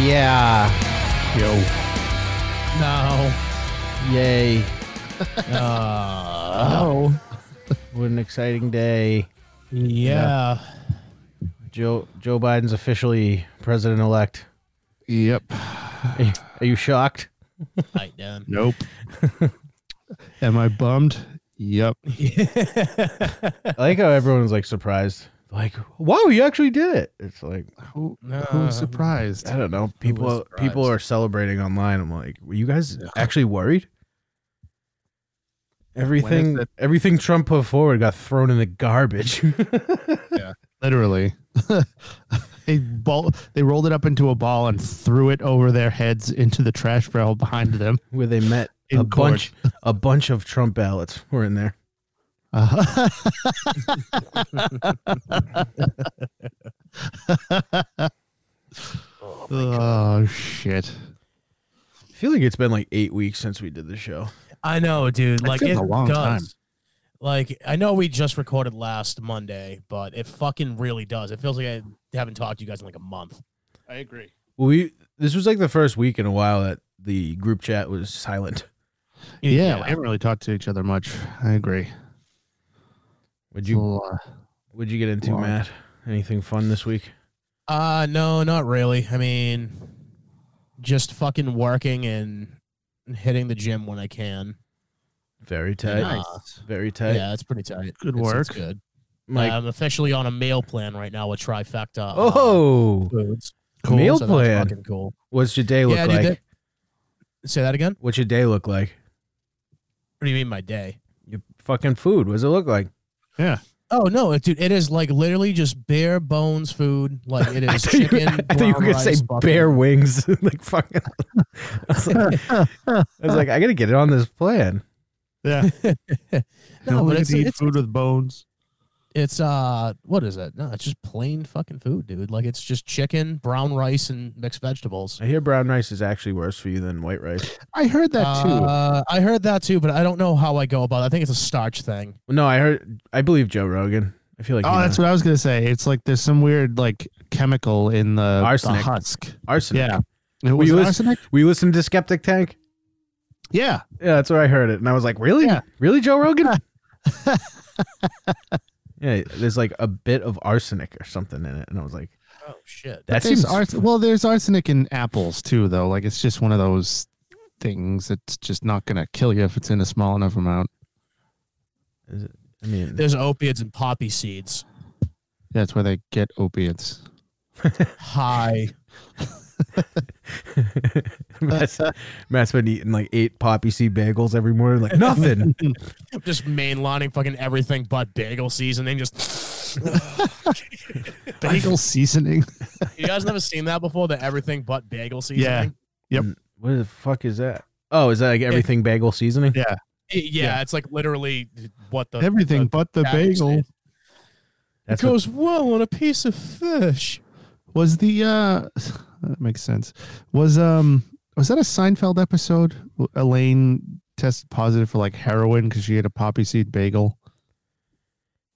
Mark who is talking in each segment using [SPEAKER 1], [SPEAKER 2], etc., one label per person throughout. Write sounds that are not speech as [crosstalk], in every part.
[SPEAKER 1] Yeah.
[SPEAKER 2] Yo.
[SPEAKER 1] No. Yay. Uh,
[SPEAKER 2] Oh.
[SPEAKER 1] What an exciting day.
[SPEAKER 3] Yeah.
[SPEAKER 1] Joe Joe Biden's officially president elect.
[SPEAKER 2] Yep.
[SPEAKER 1] Are you shocked?
[SPEAKER 3] I am.
[SPEAKER 2] Nope. [laughs] Am I bummed? Yep.
[SPEAKER 1] I like how everyone's like surprised. Like, wow, you actually did it. It's like
[SPEAKER 2] Who,
[SPEAKER 3] No.
[SPEAKER 2] who's surprised?
[SPEAKER 1] I don't know. People
[SPEAKER 3] surprised?
[SPEAKER 1] people are celebrating online. I'm like, were you guys actually worried? Everything
[SPEAKER 2] that-
[SPEAKER 1] everything Trump put forward got thrown in the garbage. [laughs]
[SPEAKER 2] Literally. [laughs] they ball, they rolled it up into a ball and threw it over their heads into the trash barrel behind them.
[SPEAKER 1] where they met
[SPEAKER 2] In
[SPEAKER 1] a
[SPEAKER 2] court.
[SPEAKER 1] bunch a bunch of Trump ballots were in there.
[SPEAKER 2] Uh, [laughs] oh, shit.
[SPEAKER 1] I feel like it's been like eight weeks since we did the show.
[SPEAKER 3] I know, dude.
[SPEAKER 2] That
[SPEAKER 3] Like
[SPEAKER 2] feels
[SPEAKER 3] it
[SPEAKER 2] a long
[SPEAKER 3] does.
[SPEAKER 2] time.
[SPEAKER 3] Like I know we just recorded last Monday, but it fucking really does. It feels like I haven't talked to you guys in like a month.
[SPEAKER 2] I agree.
[SPEAKER 1] Well, we this was like the first week in a while that the group chat was silent.
[SPEAKER 2] Yeah, we haven't really talked to each other much. I agree.
[SPEAKER 1] Would you
[SPEAKER 2] Well, uh,
[SPEAKER 1] would you get into
[SPEAKER 2] Wow.
[SPEAKER 1] Matt? Anything fun this week?
[SPEAKER 3] Uh no, not really. I mean, just fucking working and hitting the gym when I can.
[SPEAKER 1] Very tight.
[SPEAKER 3] Nice.
[SPEAKER 1] Very tight.
[SPEAKER 3] yeah, it's pretty tight.
[SPEAKER 2] Good
[SPEAKER 3] It's-
[SPEAKER 2] work.
[SPEAKER 3] it's good.
[SPEAKER 1] Mike.
[SPEAKER 3] I'm officially on a meal plan right now with Trifecta. uh,
[SPEAKER 1] oh,
[SPEAKER 3] foods.
[SPEAKER 1] Cool. Meal
[SPEAKER 3] so that's
[SPEAKER 1] plan?
[SPEAKER 3] fucking cool.
[SPEAKER 1] what's your day look
[SPEAKER 3] Yeah, dude,
[SPEAKER 1] like?
[SPEAKER 3] that- Say that again.
[SPEAKER 1] what's your day look like?
[SPEAKER 3] What do you mean by day?
[SPEAKER 1] Your fucking food. What does it look like?
[SPEAKER 3] Oh no, it- dude! It is like literally just bare bones food. Like
[SPEAKER 1] [laughs]
[SPEAKER 3] it
[SPEAKER 1] I
[SPEAKER 3] is
[SPEAKER 1] thought you,
[SPEAKER 3] chicken.
[SPEAKER 1] I thought you were
[SPEAKER 3] brown
[SPEAKER 1] gonna
[SPEAKER 3] rice,
[SPEAKER 1] say
[SPEAKER 3] buffalo-
[SPEAKER 1] bear
[SPEAKER 3] [laughs]
[SPEAKER 1] wings. [laughs] like fucking. I was like,
[SPEAKER 2] uh,
[SPEAKER 1] I was like, I gotta get it on this plan.
[SPEAKER 2] yeah.
[SPEAKER 3] No, but it's,
[SPEAKER 2] eat
[SPEAKER 3] it's
[SPEAKER 2] food with bones.
[SPEAKER 3] it's uh what is it? No, it's just plain fucking food, dude. Like it's just chicken, brown rice, and mixed vegetables.
[SPEAKER 1] I hear brown rice is actually worse for you than white rice.
[SPEAKER 2] I heard that too.
[SPEAKER 3] Uh, I heard that too, but I don't know how I go about. it. I think it's a starch thing.
[SPEAKER 1] No, I heard. I believe Joe Rogan. I feel like
[SPEAKER 2] oh,
[SPEAKER 1] he
[SPEAKER 2] that's
[SPEAKER 1] knows.
[SPEAKER 2] what I was gonna say. It's like there's some weird like chemical in the, the
[SPEAKER 1] Arsenic.
[SPEAKER 2] husk.
[SPEAKER 1] arsenic.
[SPEAKER 2] Yeah. It was
[SPEAKER 1] you
[SPEAKER 2] it
[SPEAKER 1] listen-
[SPEAKER 2] arsenic.
[SPEAKER 1] We listened to Skeptic Tank.
[SPEAKER 2] Yeah.
[SPEAKER 1] Yeah, that's where I heard it, and I was like, "Really?
[SPEAKER 2] Yeah.
[SPEAKER 1] Really, Joe [laughs] Rogan?" yeah, there's like a bit of arsenic or something in it, and I was like,
[SPEAKER 3] Oh shit!
[SPEAKER 1] "That
[SPEAKER 2] There's
[SPEAKER 1] seems
[SPEAKER 2] ars- well, there's arsenic in apples too, though. Like it's just one of those things that's just not gonna kill you if it's in a small enough amount.
[SPEAKER 1] Is it- I mean,
[SPEAKER 3] There's opiates and poppy seeds.
[SPEAKER 2] That's where they get opiates.
[SPEAKER 3] Hi.
[SPEAKER 1] [laughs] Matt's, Matt's been eating like eight poppy seed bagels every morning, like [laughs] nothing.
[SPEAKER 3] [laughs] just mainlining fucking everything but bagel seasoning.
[SPEAKER 1] [laughs]
[SPEAKER 3] Just [laughs]
[SPEAKER 2] [laughs] Bagel seasoning.
[SPEAKER 3] you guys never seen that before? The everything but bagel seasoning.
[SPEAKER 2] Yep.
[SPEAKER 1] what the fuck is that? Oh, is that like everything bagel seasoning?
[SPEAKER 2] Yeah.
[SPEAKER 3] Yeah, it's like literally what the
[SPEAKER 2] Everything
[SPEAKER 3] the
[SPEAKER 2] but the
[SPEAKER 3] package
[SPEAKER 2] bagel
[SPEAKER 3] said.
[SPEAKER 1] [laughs] That's what,
[SPEAKER 3] goes well on a piece of fish.
[SPEAKER 2] was the uh [laughs] that makes sense. Was um was that a Seinfeld episode? Elaine tested positive for like heroin because she ate a poppy seed bagel.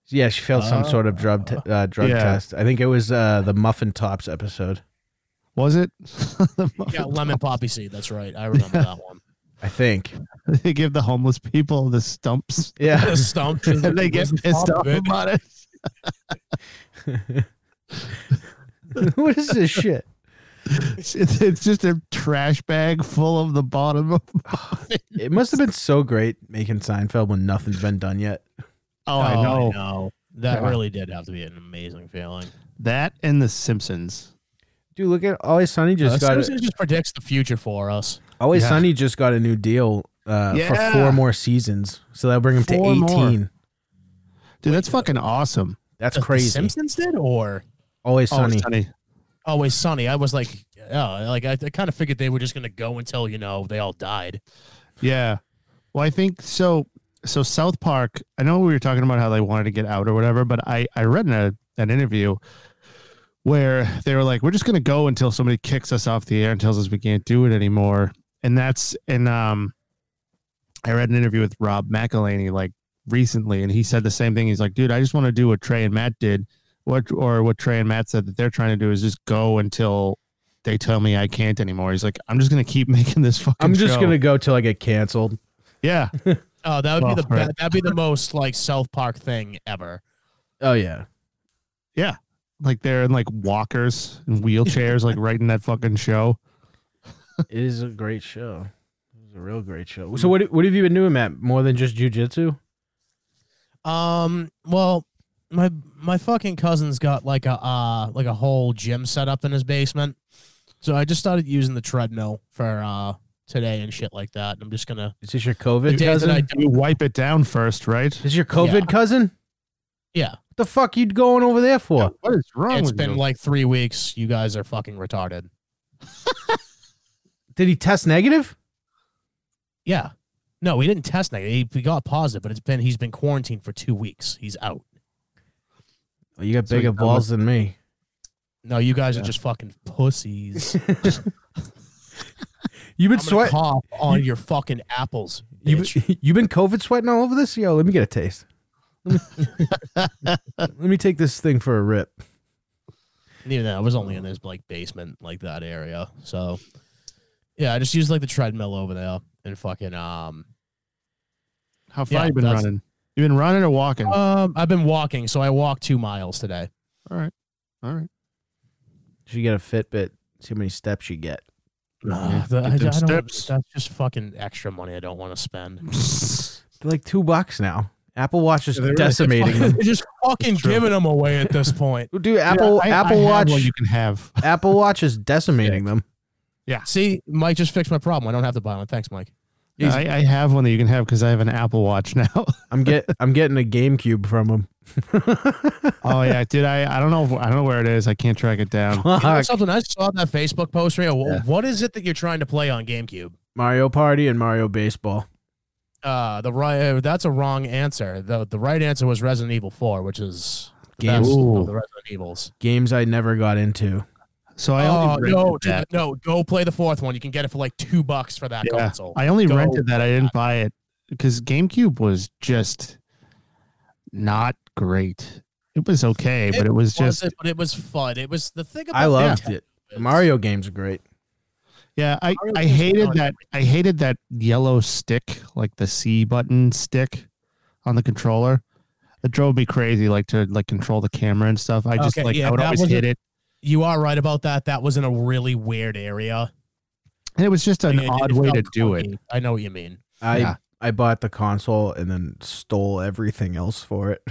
[SPEAKER 1] yeah, she failed some sort of drug te- uh, drug
[SPEAKER 2] Yeah.
[SPEAKER 1] test. I think it was uh, the muffin tops episode.
[SPEAKER 2] Was it? [laughs] The
[SPEAKER 3] Yeah,
[SPEAKER 2] muffin-
[SPEAKER 3] lemon poppy seed. That's right. I remember that one.
[SPEAKER 1] I think.
[SPEAKER 2] they give the homeless people the stumps
[SPEAKER 1] Yeah.
[SPEAKER 2] [laughs]
[SPEAKER 1] [laughs]
[SPEAKER 3] The stump.
[SPEAKER 2] and they get pissed off about it.
[SPEAKER 1] what is this shit?
[SPEAKER 2] It's, it's just a trash bag full of the bottom of. [laughs]
[SPEAKER 1] It must have been so great making Seinfeld when nothing's been done yet.
[SPEAKER 2] [laughs] Oh, I
[SPEAKER 3] I
[SPEAKER 2] know.
[SPEAKER 3] know. That
[SPEAKER 2] Yeah.
[SPEAKER 3] really did have to be an amazing feeling.
[SPEAKER 2] That and The Simpsons.
[SPEAKER 1] Dude, look at Always Sunny just
[SPEAKER 3] Uh,
[SPEAKER 1] got
[SPEAKER 3] Simpsons just predicts the future for us.
[SPEAKER 1] Always
[SPEAKER 2] Yeah.
[SPEAKER 1] Sunny just got a new deal uh,
[SPEAKER 2] Yeah.
[SPEAKER 1] for four more seasons, so that'll bring him to
[SPEAKER 2] Four
[SPEAKER 1] eighteen.
[SPEAKER 2] more. Dude, that's fucking awesome. Oh,
[SPEAKER 1] That's
[SPEAKER 3] The- the
[SPEAKER 1] crazy.
[SPEAKER 3] Simpsons did, or
[SPEAKER 1] Always Sunny.
[SPEAKER 3] Always Sunny. I was like, oh, like I, I kind of figured they were just gonna go until you know they all died.
[SPEAKER 2] Yeah. Well, I think so. So South Park. I know we were talking about how they wanted to get out or whatever, but I I read in a, an interview where they were like, "We're just gonna go until somebody kicks us off the air and tells us we can't do it anymore." And that's and um, I read an interview with Rob McElhaney like recently, and he said the same thing. He's like, "Dude, I just want to do what Trey and Matt did." What or what Trey and Matt said that they're trying to do is just go until they tell me I can't anymore. He's like, I'm just gonna keep [laughs] making this fucking.
[SPEAKER 1] I'm just
[SPEAKER 2] show."
[SPEAKER 1] gonna go till I get canceled.
[SPEAKER 2] Yeah,
[SPEAKER 3] Oh, that would
[SPEAKER 2] Well,
[SPEAKER 3] be the
[SPEAKER 2] right.
[SPEAKER 3] be- that'd be the most like South Park thing ever.
[SPEAKER 1] Oh yeah.
[SPEAKER 2] like they're in like walkers and wheelchairs, like right in that fucking show.
[SPEAKER 1] It is a great show. It was a real great show.
[SPEAKER 2] Mm.
[SPEAKER 1] So what what have you been doing, Matt? More than just jujitsu?
[SPEAKER 3] Um, well, my my fucking cousin's got like a uh like a whole gym set up in his basement. So I just started using the treadmill for uh today and shit like that. And I'm just gonna
[SPEAKER 1] Is this your
[SPEAKER 3] the
[SPEAKER 1] COVID
[SPEAKER 3] days that
[SPEAKER 1] cousin?
[SPEAKER 3] [laughs] I
[SPEAKER 1] Is
[SPEAKER 3] don't-
[SPEAKER 2] You wipe it down first, right?
[SPEAKER 1] this your COVID
[SPEAKER 3] Yeah.
[SPEAKER 1] cousin? What
[SPEAKER 3] yeah.
[SPEAKER 1] the fuck you going over there for?
[SPEAKER 2] What is wrong
[SPEAKER 3] It's
[SPEAKER 2] with
[SPEAKER 3] been
[SPEAKER 2] you?
[SPEAKER 3] like three weeks. You guys are fucking retarded.
[SPEAKER 1] Did he test negative?
[SPEAKER 3] Yeah. No, he didn't test negative. He, he got positive, but it's been he's been quarantined for two weeks. He's out.
[SPEAKER 1] Well, Oh, you got
[SPEAKER 2] So
[SPEAKER 1] bigger
[SPEAKER 2] you-
[SPEAKER 1] balls than me.
[SPEAKER 3] No, you guys
[SPEAKER 2] Yeah.
[SPEAKER 3] are just fucking
[SPEAKER 2] [laughs]
[SPEAKER 3] pussies.
[SPEAKER 1] You've been
[SPEAKER 3] I'm gonna
[SPEAKER 1] sweat.
[SPEAKER 3] cough on your fucking apples.
[SPEAKER 1] You've
[SPEAKER 3] bitch.
[SPEAKER 1] been, you been COVID sweating all over this? Yo, let me get a taste.
[SPEAKER 2] [laughs]
[SPEAKER 1] let me take this thing for a rip.
[SPEAKER 3] And even though I was only in this like basement, like that area. So yeah, I just used like the treadmill over there and fucking um
[SPEAKER 2] How far
[SPEAKER 3] Yeah,
[SPEAKER 2] you been
[SPEAKER 3] that's-
[SPEAKER 2] running? You been running or walking?
[SPEAKER 3] um I've been walking, so I walked two miles today.
[SPEAKER 2] all right, all right.
[SPEAKER 1] She get a Fitbit. See how many steps you get.
[SPEAKER 2] Yeah,
[SPEAKER 3] uh, The-
[SPEAKER 2] Uh-huh. get
[SPEAKER 3] I-
[SPEAKER 2] them
[SPEAKER 3] I don't-
[SPEAKER 2] steps.
[SPEAKER 3] that's just fucking extra money I don't want to spend.
[SPEAKER 1] [laughs] They're like two bucks now. Apple Watch is
[SPEAKER 2] Yeah, they're really-
[SPEAKER 1] decimating
[SPEAKER 3] They're
[SPEAKER 1] them.
[SPEAKER 3] just fucking
[SPEAKER 2] It's true.
[SPEAKER 3] giving them away at this point.
[SPEAKER 1] Dude, Apple
[SPEAKER 2] Yeah, I- I
[SPEAKER 1] Apple
[SPEAKER 2] have
[SPEAKER 1] Watch
[SPEAKER 2] one you can have.
[SPEAKER 1] Apple Watch is decimating them.
[SPEAKER 3] See, Mike just fixed my problem. I don't have to buy one. Thanks, Mike.
[SPEAKER 1] Jeez.
[SPEAKER 2] I, I have one that you can have because I have an Apple Watch now. [laughs]
[SPEAKER 1] I'm get I'm getting a GameCube from him.
[SPEAKER 2] oh yeah, dude. I, I don't know. if- I don't know where it is. I can't track it
[SPEAKER 3] [laughs]
[SPEAKER 2] down.
[SPEAKER 3] You know
[SPEAKER 1] Fuck.
[SPEAKER 3] something I saw on that Facebook post right
[SPEAKER 2] Yeah.
[SPEAKER 3] What is it that you're trying to play on GameCube?
[SPEAKER 1] Mario Party and Mario Baseball.
[SPEAKER 3] Uh, the right uh, that's a wrong answer. the The right answer was Resident Evil Four, which is the
[SPEAKER 1] Games
[SPEAKER 3] best of
[SPEAKER 2] Ooh.
[SPEAKER 3] the Resident Evils.
[SPEAKER 1] games I never got into.
[SPEAKER 2] So I
[SPEAKER 3] Oh
[SPEAKER 2] only
[SPEAKER 3] no,
[SPEAKER 2] rented that.
[SPEAKER 3] dude, no, go play the fourth one. You can get it for like two bucks for that
[SPEAKER 2] Yeah,
[SPEAKER 3] console.
[SPEAKER 2] I only
[SPEAKER 3] Go
[SPEAKER 2] rented that. I
[SPEAKER 3] play
[SPEAKER 2] didn't buy it because GameCube was just not great. It was okay, but it was
[SPEAKER 3] Was
[SPEAKER 2] just
[SPEAKER 3] it- but it was fun. It was the thing. About
[SPEAKER 1] I loved
[SPEAKER 3] GameCube
[SPEAKER 1] it.
[SPEAKER 3] is-
[SPEAKER 1] Mario games are great.
[SPEAKER 2] yeah. I,
[SPEAKER 3] Mario
[SPEAKER 2] I
[SPEAKER 3] games
[SPEAKER 2] hated
[SPEAKER 3] are
[SPEAKER 2] that. I hated that yellow stick, like the C button stick, on the controller. It drove me crazy, like to like control the camera and stuff. I just
[SPEAKER 3] Okay,
[SPEAKER 2] like
[SPEAKER 3] yeah,
[SPEAKER 2] I would
[SPEAKER 3] that
[SPEAKER 2] always
[SPEAKER 3] was a-
[SPEAKER 2] hit it,
[SPEAKER 3] You are right about that. That was in a really weird area.
[SPEAKER 2] and it was just an
[SPEAKER 3] Oh, It- it
[SPEAKER 2] odd way to
[SPEAKER 3] felt
[SPEAKER 2] do it.
[SPEAKER 3] clunky. I know what you mean.
[SPEAKER 1] I
[SPEAKER 2] Yeah.
[SPEAKER 1] I bought the console and then stole everything else for it.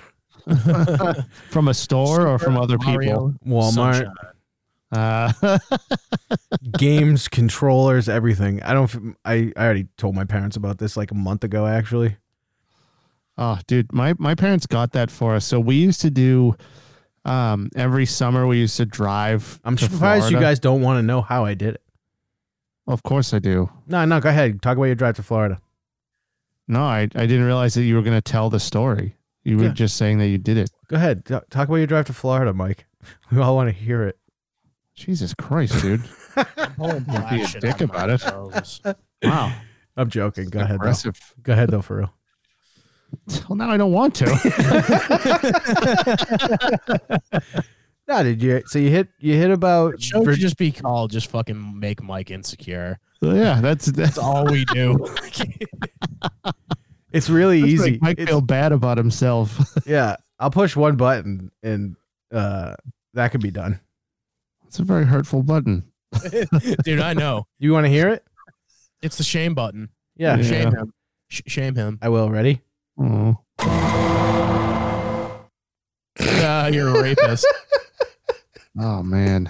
[SPEAKER 1] [laughs]
[SPEAKER 2] from a store or from other people.
[SPEAKER 3] Mario,
[SPEAKER 1] Walmart,
[SPEAKER 2] [laughs]
[SPEAKER 3] Sunshine.
[SPEAKER 2] Uh, [laughs]
[SPEAKER 1] games, controllers, everything. I don't. f- I I already told my parents about this like a month ago. Actually,
[SPEAKER 2] oh, dude, my my parents got that for us. So we used to do um every summer we used to drive
[SPEAKER 1] I'm
[SPEAKER 2] to
[SPEAKER 1] surprised you
[SPEAKER 2] Florida.
[SPEAKER 1] guys don't want to know how I did it.
[SPEAKER 2] Of course I do.
[SPEAKER 1] No, no. Go ahead. Talk about your drive to Florida.
[SPEAKER 2] No, I I didn't realize that you were going to tell the story. You were
[SPEAKER 1] Yeah.
[SPEAKER 2] just saying that you did it.
[SPEAKER 1] Go ahead. T- Talk about your drive to Florida, Mike. [laughs] We all want to hear
[SPEAKER 2] [laughs]
[SPEAKER 1] it.
[SPEAKER 2] Jesus Christ,
[SPEAKER 1] [laughs]
[SPEAKER 2] dude.
[SPEAKER 3] I'm pulling black
[SPEAKER 2] be a
[SPEAKER 3] shit
[SPEAKER 2] dick
[SPEAKER 3] out of my
[SPEAKER 2] about it.
[SPEAKER 3] nose.
[SPEAKER 2] [laughs] wow.
[SPEAKER 1] I'm joking. Go ahead. Though.
[SPEAKER 2] Aggressive.
[SPEAKER 1] Go ahead though, for real.
[SPEAKER 2] Well, now I don't want to.
[SPEAKER 1] No, did you? So you hit you hit about
[SPEAKER 3] The show
[SPEAKER 1] Vir-
[SPEAKER 3] should just be called just fucking make Mike insecure.
[SPEAKER 2] So, yeah, that's that's
[SPEAKER 3] That's all we do.
[SPEAKER 2] [laughs]
[SPEAKER 3] [laughs]
[SPEAKER 1] It's really
[SPEAKER 2] that's
[SPEAKER 1] easy.
[SPEAKER 2] Make Mike
[SPEAKER 1] It's-
[SPEAKER 2] feel bad about himself. [laughs]
[SPEAKER 1] yeah, I'll push one button and uh, that could be done.
[SPEAKER 2] it's a very hurtful button.
[SPEAKER 3] Dude, I know.
[SPEAKER 1] You want to hear it?
[SPEAKER 3] It's the shame button.
[SPEAKER 1] Yeah,
[SPEAKER 2] Yeah.
[SPEAKER 3] Shame him. Sh- shame him.
[SPEAKER 1] I will. Ready?
[SPEAKER 2] Oh.
[SPEAKER 3] Ah, you're a rapist.
[SPEAKER 2] Oh
[SPEAKER 1] [laughs]
[SPEAKER 2] man.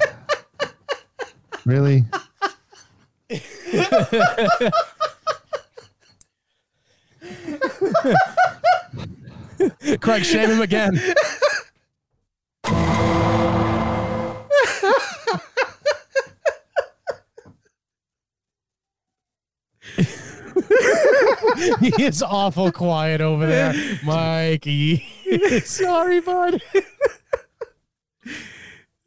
[SPEAKER 2] really?
[SPEAKER 3] Craig, shame him again. [laughs] he is awful quiet over there, Mikey. [laughs] Sorry, bud.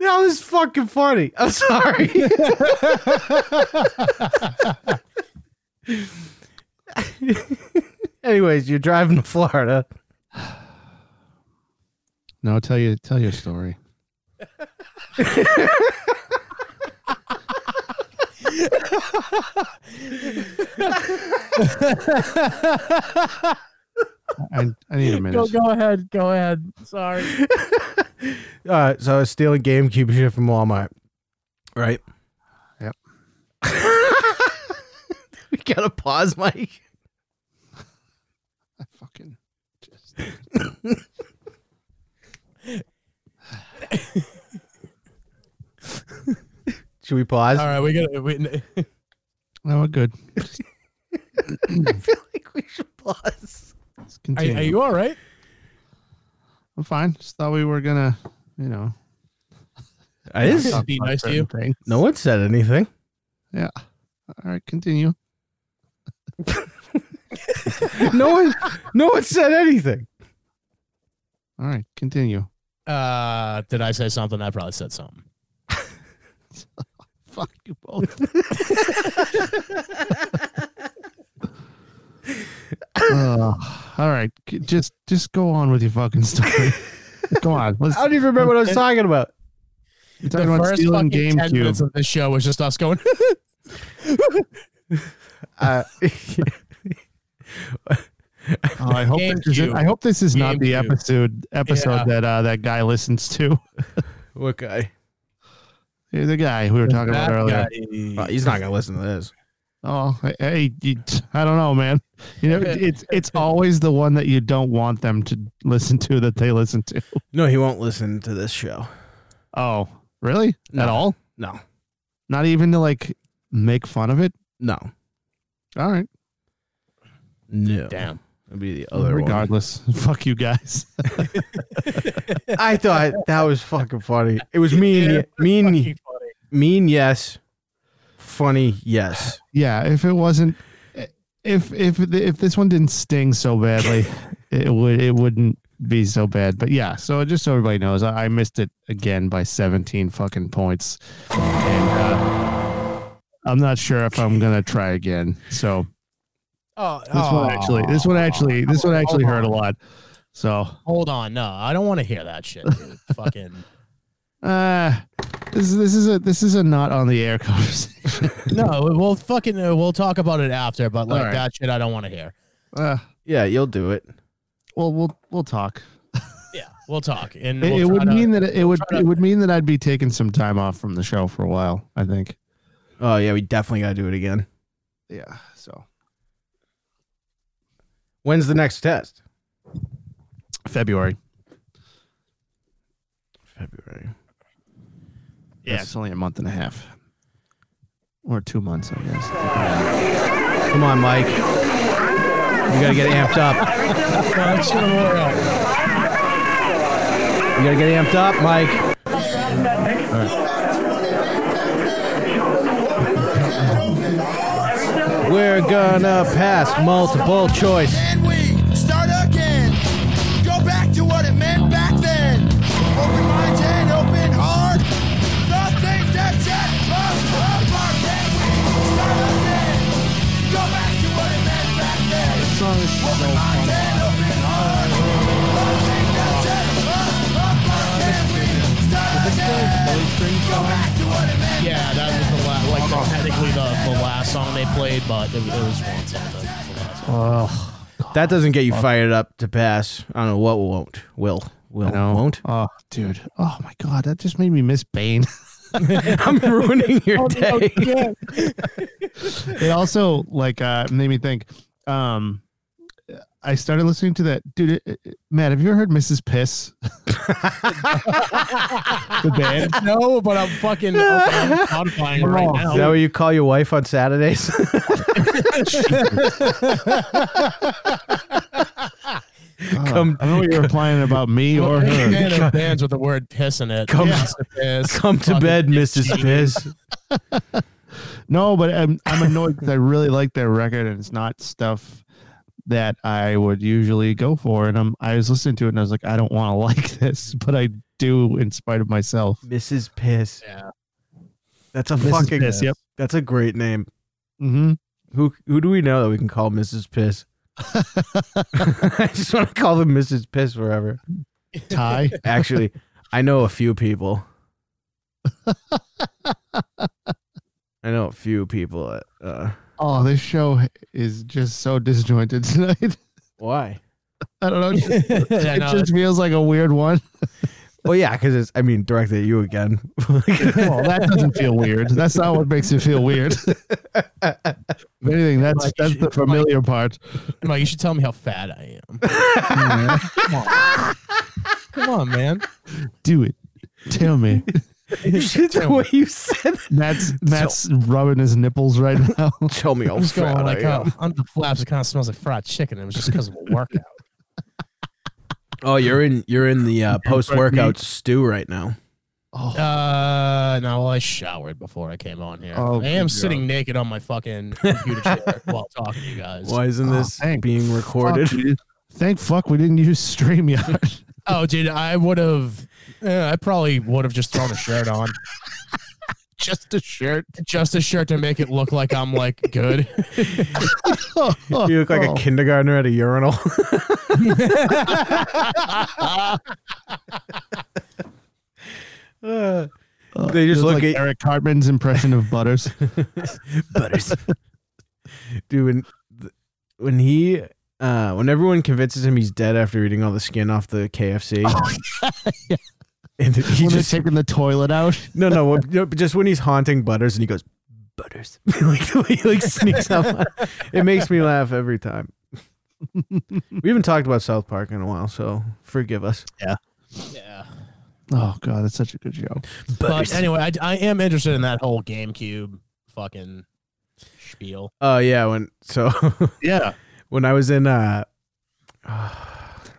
[SPEAKER 1] That was fucking funny. [laughs] I'm sorry. Anyways, you're driving to Florida.
[SPEAKER 2] No, tell you tell your story. I, I need a
[SPEAKER 3] go,
[SPEAKER 2] minute.
[SPEAKER 3] go ahead. Go ahead. Sorry.
[SPEAKER 1] Uh, so I was stealing GameCube shit from Walmart, right?
[SPEAKER 2] Yep.
[SPEAKER 1] [laughs] we gotta pause, Mike.
[SPEAKER 2] I fucking just.
[SPEAKER 1] Should we pause?
[SPEAKER 3] All right, we gotta. We,
[SPEAKER 2] No, we're good.
[SPEAKER 1] I [laughs] feel like we should pause.
[SPEAKER 2] Let's
[SPEAKER 3] are,
[SPEAKER 2] continue.
[SPEAKER 3] are you all right?
[SPEAKER 2] I'm fine. Just thought we were gonna, you know.
[SPEAKER 1] I
[SPEAKER 3] Just
[SPEAKER 1] didn't,
[SPEAKER 2] talk
[SPEAKER 3] be
[SPEAKER 2] about
[SPEAKER 3] nice to
[SPEAKER 2] certain
[SPEAKER 3] you.
[SPEAKER 2] things.
[SPEAKER 1] no one said anything. [laughs]
[SPEAKER 2] All right, continue.
[SPEAKER 1] No one, no one said anything.
[SPEAKER 2] All right, continue.
[SPEAKER 3] Uh, did I say something? I probably said something.
[SPEAKER 2] Fuck you
[SPEAKER 3] [laughs]
[SPEAKER 2] both. Ugh. Uh, all right, c- just just go on with your fucking story. go
[SPEAKER 3] [laughs]
[SPEAKER 2] on. Let's.
[SPEAKER 1] I don't even remember what I was talking about.
[SPEAKER 2] You're
[SPEAKER 3] The
[SPEAKER 2] talking about
[SPEAKER 3] first
[SPEAKER 2] stealing
[SPEAKER 3] fucking ten
[SPEAKER 2] GameCube.
[SPEAKER 3] minutes of this show was just us going. [laughs]
[SPEAKER 1] Uh, [laughs]
[SPEAKER 2] Oh, I hope this is.
[SPEAKER 3] GameCube.
[SPEAKER 2] I hope this is not the
[SPEAKER 3] GameCube.
[SPEAKER 2] episode episode
[SPEAKER 3] Yeah.
[SPEAKER 2] that uh, that guy listens to.
[SPEAKER 1] what guy?
[SPEAKER 2] You're the guy we were talking about
[SPEAKER 3] That
[SPEAKER 2] earlier.
[SPEAKER 1] Uh,
[SPEAKER 3] guy.
[SPEAKER 1] he's not gonna listen to this.
[SPEAKER 2] Oh, hey, you, I don't know, man. You
[SPEAKER 3] [laughs]
[SPEAKER 2] know, it's it's always the one that you don't want them to listen to that they listen to.
[SPEAKER 1] No, he won't listen to this show.
[SPEAKER 2] Oh, really?
[SPEAKER 1] No.
[SPEAKER 2] At all?
[SPEAKER 1] No,
[SPEAKER 2] Not even to like make fun of it.
[SPEAKER 1] no,
[SPEAKER 2] All right.
[SPEAKER 1] no.
[SPEAKER 3] Damn. Oh
[SPEAKER 1] It'd Oh, be the other one.
[SPEAKER 2] Regardless, [laughs] fuck you guys. [laughs]
[SPEAKER 1] I thought that was fucking funny. It was mean,
[SPEAKER 3] Yeah,
[SPEAKER 1] mean,
[SPEAKER 3] Fucking funny.
[SPEAKER 1] mean. Yes, funny. Yes.
[SPEAKER 2] yeah, if it wasn't, if if if this one didn't sting so badly, [laughs] it would it wouldn't be so bad. But yeah, so just so everybody knows, I, I missed it again by seventeen fucking points, and uh, I'm not sure if I'm gonna try again. So
[SPEAKER 3] Oh,
[SPEAKER 2] this one actually, this one actually, this one actually hurt a lot. So
[SPEAKER 3] Hold on, no, I don't want to hear that shit.
[SPEAKER 2] [laughs]
[SPEAKER 3] Dude. Fucking.
[SPEAKER 2] uh this is this is a this is a not on the air [laughs] conversation.
[SPEAKER 3] No, we'll fucking uh, we'll talk about it after, but like
[SPEAKER 2] All right.
[SPEAKER 3] that shit, I don't want to hear.
[SPEAKER 2] Uh,
[SPEAKER 1] Yeah, you'll do it.
[SPEAKER 2] well, we'll we'll talk.
[SPEAKER 3] Yeah, we'll talk, and
[SPEAKER 2] It,
[SPEAKER 3] we'll
[SPEAKER 2] it
[SPEAKER 3] try
[SPEAKER 2] would
[SPEAKER 3] to-
[SPEAKER 2] mean that it would
[SPEAKER 3] try to-
[SPEAKER 2] it would mean that I'd be taking some time off from the show for a while. I think.
[SPEAKER 1] Oh yeah, we definitely gotta do it again.
[SPEAKER 2] Yeah. So
[SPEAKER 1] When's the next test?
[SPEAKER 2] February.
[SPEAKER 1] February.
[SPEAKER 2] Yeah, it's only a month and a half, or two months, I guess.
[SPEAKER 1] Come on, Mike. We gotta get amped up.
[SPEAKER 3] Oh, that shit will work out.
[SPEAKER 1] We gotta get amped up, Mike. We're gonna pass multiple choice.
[SPEAKER 4] And we start again. Go back to what it meant back then. Open minds and open heart. Nothing that set us apart. Can we start again? Go back to what it meant back then. open minds and open heart. Nothing that set us apart. Can we start again? Go back to what it meant
[SPEAKER 3] Yeah, that was the last, like the, technically the, the last song they played, but it, it was one song. That was the last song.
[SPEAKER 2] Oh,
[SPEAKER 1] That doesn't get you fired up to pass. I don't know what won't. Will. Will. Won't. [laughs]
[SPEAKER 2] Oh, dude. Oh my God, that just made me miss Bane.
[SPEAKER 1] I'm ruining
[SPEAKER 2] Oh,
[SPEAKER 1] your day.
[SPEAKER 2] [laughs] it also like uh, made me think. Um, I started listening to that, dude. It, it- Matt, have you ever heard Mrs. Piss? [laughs] the band.
[SPEAKER 3] No, but I'm
[SPEAKER 2] [laughs]
[SPEAKER 3] fucking I'm modifying it right
[SPEAKER 1] Is
[SPEAKER 3] now.
[SPEAKER 1] that what you call your wife on Saturdays? [laughs] Come-
[SPEAKER 2] Oh, I don't know what you're implying about
[SPEAKER 3] [laughs]
[SPEAKER 2] me or
[SPEAKER 3] Any
[SPEAKER 2] her.
[SPEAKER 3] band
[SPEAKER 2] [laughs]
[SPEAKER 3] of bands with the word piss in it.
[SPEAKER 1] Come-
[SPEAKER 3] Piss, piss,
[SPEAKER 1] Come to
[SPEAKER 3] fucking
[SPEAKER 1] bed, Mrs. Piss.
[SPEAKER 2] No, but I'm I'm annoyed because I really like their record and it's not stuff that I would usually go for. And I'm I was listening to it and I was like, I don't want to like [laughs] this, but I do in spite of myself.
[SPEAKER 1] Mrs. Piss.
[SPEAKER 3] Yeah.
[SPEAKER 1] That's a
[SPEAKER 2] Mrs.
[SPEAKER 1] fucking
[SPEAKER 2] Piss, yep.
[SPEAKER 1] That's a great name.
[SPEAKER 2] Mm-hmm.
[SPEAKER 1] Who who do we know that we can call Mrs. [laughs] Piss? I just want to call them Mrs. Piss forever.
[SPEAKER 2] Ty,
[SPEAKER 1] Actually, I know a few people. I know a few people that. Uh,
[SPEAKER 2] Oh, this show is just so disjointed [laughs] tonight.
[SPEAKER 1] Why?
[SPEAKER 2] I don't know. It just,
[SPEAKER 3] [laughs] Yeah,
[SPEAKER 2] it
[SPEAKER 3] no,
[SPEAKER 2] just feels like a weird one.
[SPEAKER 1] Well, yeah, because it's. I mean, directed at you again.
[SPEAKER 2] Well, that doesn't feel weird. That's not what makes it feel weird. if anything, that's
[SPEAKER 3] Like,
[SPEAKER 2] that's the
[SPEAKER 3] it's
[SPEAKER 2] familiar part.
[SPEAKER 3] Mike, you should tell me how fat I am. [laughs] Come on, Come on man.
[SPEAKER 2] Do it.
[SPEAKER 1] [laughs]
[SPEAKER 2] Tell me.
[SPEAKER 1] the way [laughs] you said that.
[SPEAKER 2] Matt's Matt's rubbing his nipples right
[SPEAKER 1] [laughs]
[SPEAKER 2] now.
[SPEAKER 1] Tell me
[SPEAKER 3] I'm
[SPEAKER 1] how
[SPEAKER 3] just going
[SPEAKER 1] fat
[SPEAKER 3] like,
[SPEAKER 1] I am.
[SPEAKER 3] oh, under the flaps, it kind of smells like fried chicken. It was just because of a workout.
[SPEAKER 1] Oh, you're in. You're in [laughs] the uh, post-workout stew right now.
[SPEAKER 2] Oh,
[SPEAKER 3] [laughs] Uh, no, well, I showered before I came on here.
[SPEAKER 2] Oh,
[SPEAKER 3] I am
[SPEAKER 2] good
[SPEAKER 3] sitting naked on
[SPEAKER 1] [laughs]
[SPEAKER 3] my fucking computer chair while talking to you guys.
[SPEAKER 1] Why isn't
[SPEAKER 2] Oh,
[SPEAKER 1] this
[SPEAKER 2] thank
[SPEAKER 1] being recorded?
[SPEAKER 2] Fuck, dude. Thank fuck we didn't use StreamYard. [laughs]
[SPEAKER 3] Oh, dude, I would have. I probably would have just thrown a shirt on,
[SPEAKER 2] just a shirt.
[SPEAKER 3] just a shirt to make it look like I'm like [laughs] good.
[SPEAKER 1] You look like a
[SPEAKER 2] Oh.
[SPEAKER 1] kindergartner at a
[SPEAKER 2] [laughs]
[SPEAKER 1] urinal. Uh, They just look
[SPEAKER 2] like
[SPEAKER 1] at-
[SPEAKER 2] Eric Cartman's impression
[SPEAKER 1] [laughs]
[SPEAKER 2] of Butters.
[SPEAKER 1] Butters. [laughs] Dude, when, th- when he, uh, when everyone convinces him he's dead after eating all the skin off the
[SPEAKER 2] [laughs]
[SPEAKER 1] KFC, and he
[SPEAKER 2] Oh, when
[SPEAKER 1] just
[SPEAKER 2] they're taking the toilet out.
[SPEAKER 1] no, no, what- no, but just when he's haunting Butters and he goes Butters, [laughs] like the way he like sneaks up, it makes me laugh every time. we haven't talked about South Park in a while, so forgive us.
[SPEAKER 3] yeah.
[SPEAKER 2] Oh god, that's such a good show.
[SPEAKER 3] But anyway, I, I am interested in that whole GameCube fucking spiel.
[SPEAKER 1] Oh yeah, when so [laughs]
[SPEAKER 2] Yeah.
[SPEAKER 1] when I was in uh [laughs]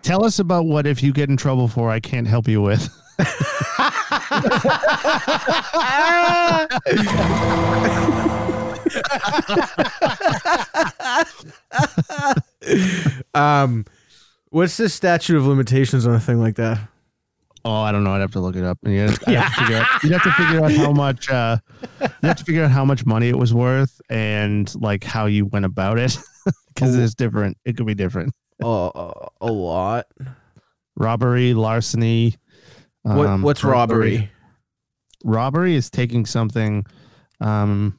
[SPEAKER 2] Tell us about what if you get in trouble for I can't help you with.
[SPEAKER 1] um what's the statute of limitations on a thing like that?
[SPEAKER 2] Oh, I don't know. I'd have to look it up. And you'd, I'd have to
[SPEAKER 1] [laughs]
[SPEAKER 2] figure out, you'd have to figure out how much. Uh, you have to figure out how much money it was worth and like how you went about it, [laughs] because it's different. It could be different.
[SPEAKER 1] Oh, a- a lot.
[SPEAKER 2] Robbery, larceny.
[SPEAKER 1] What
[SPEAKER 2] um,
[SPEAKER 1] what's robbery?
[SPEAKER 2] Robbery is taking something, um,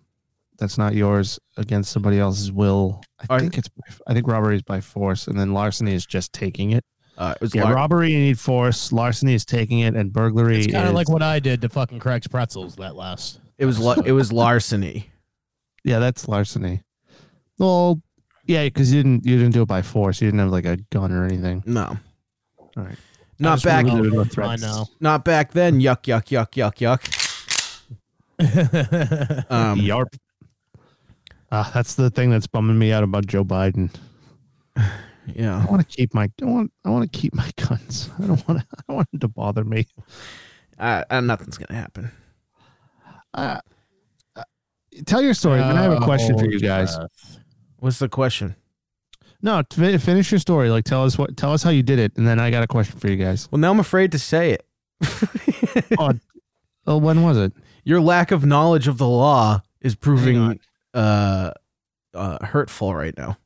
[SPEAKER 2] that's not yours against somebody else's will. I
[SPEAKER 1] Are-
[SPEAKER 2] think it's. By, I think robbery is by force, and then larceny is just taking it.
[SPEAKER 1] Uh, it was
[SPEAKER 2] Yeah,
[SPEAKER 1] lar-
[SPEAKER 2] robbery you need force, larceny is taking it, and burglary
[SPEAKER 3] It's kind
[SPEAKER 2] is
[SPEAKER 3] of like what I did to fucking Craig's Pretzels that last.
[SPEAKER 2] [laughs]
[SPEAKER 1] it was lar- it was larceny.
[SPEAKER 2] Yeah, that's larceny. Well, yeah, because you didn't you didn't do it by force. You didn't have like a gun or anything.
[SPEAKER 1] No.
[SPEAKER 2] All right.
[SPEAKER 1] Not
[SPEAKER 3] just
[SPEAKER 1] back
[SPEAKER 3] wanna-
[SPEAKER 2] There were no
[SPEAKER 3] I
[SPEAKER 2] threats.
[SPEAKER 3] know.
[SPEAKER 1] not back then. Yuck yuck yuck yuck yuck. Um
[SPEAKER 2] Yarp. Uh, that's the thing that's bumming me out about Joe Biden. I
[SPEAKER 1] yeah.
[SPEAKER 2] want to keep my I want I want to keep my [laughs] guns. I don't want to, I don't want them to bother me.
[SPEAKER 1] Uh, uh, nothing's going to happen.
[SPEAKER 2] Uh, uh, tell your story. then I have a question for you guys.
[SPEAKER 3] Uh,
[SPEAKER 1] What's the question?
[SPEAKER 2] No, t- finish your story. Like tell us what tell us how you did it, and then I got a question for you guys.
[SPEAKER 1] Well, now I'm afraid to say it.
[SPEAKER 2] Oh, when was it?
[SPEAKER 1] Your lack of knowledge of the law is
[SPEAKER 2] on.
[SPEAKER 1] proving uh, uh, hurtful right now.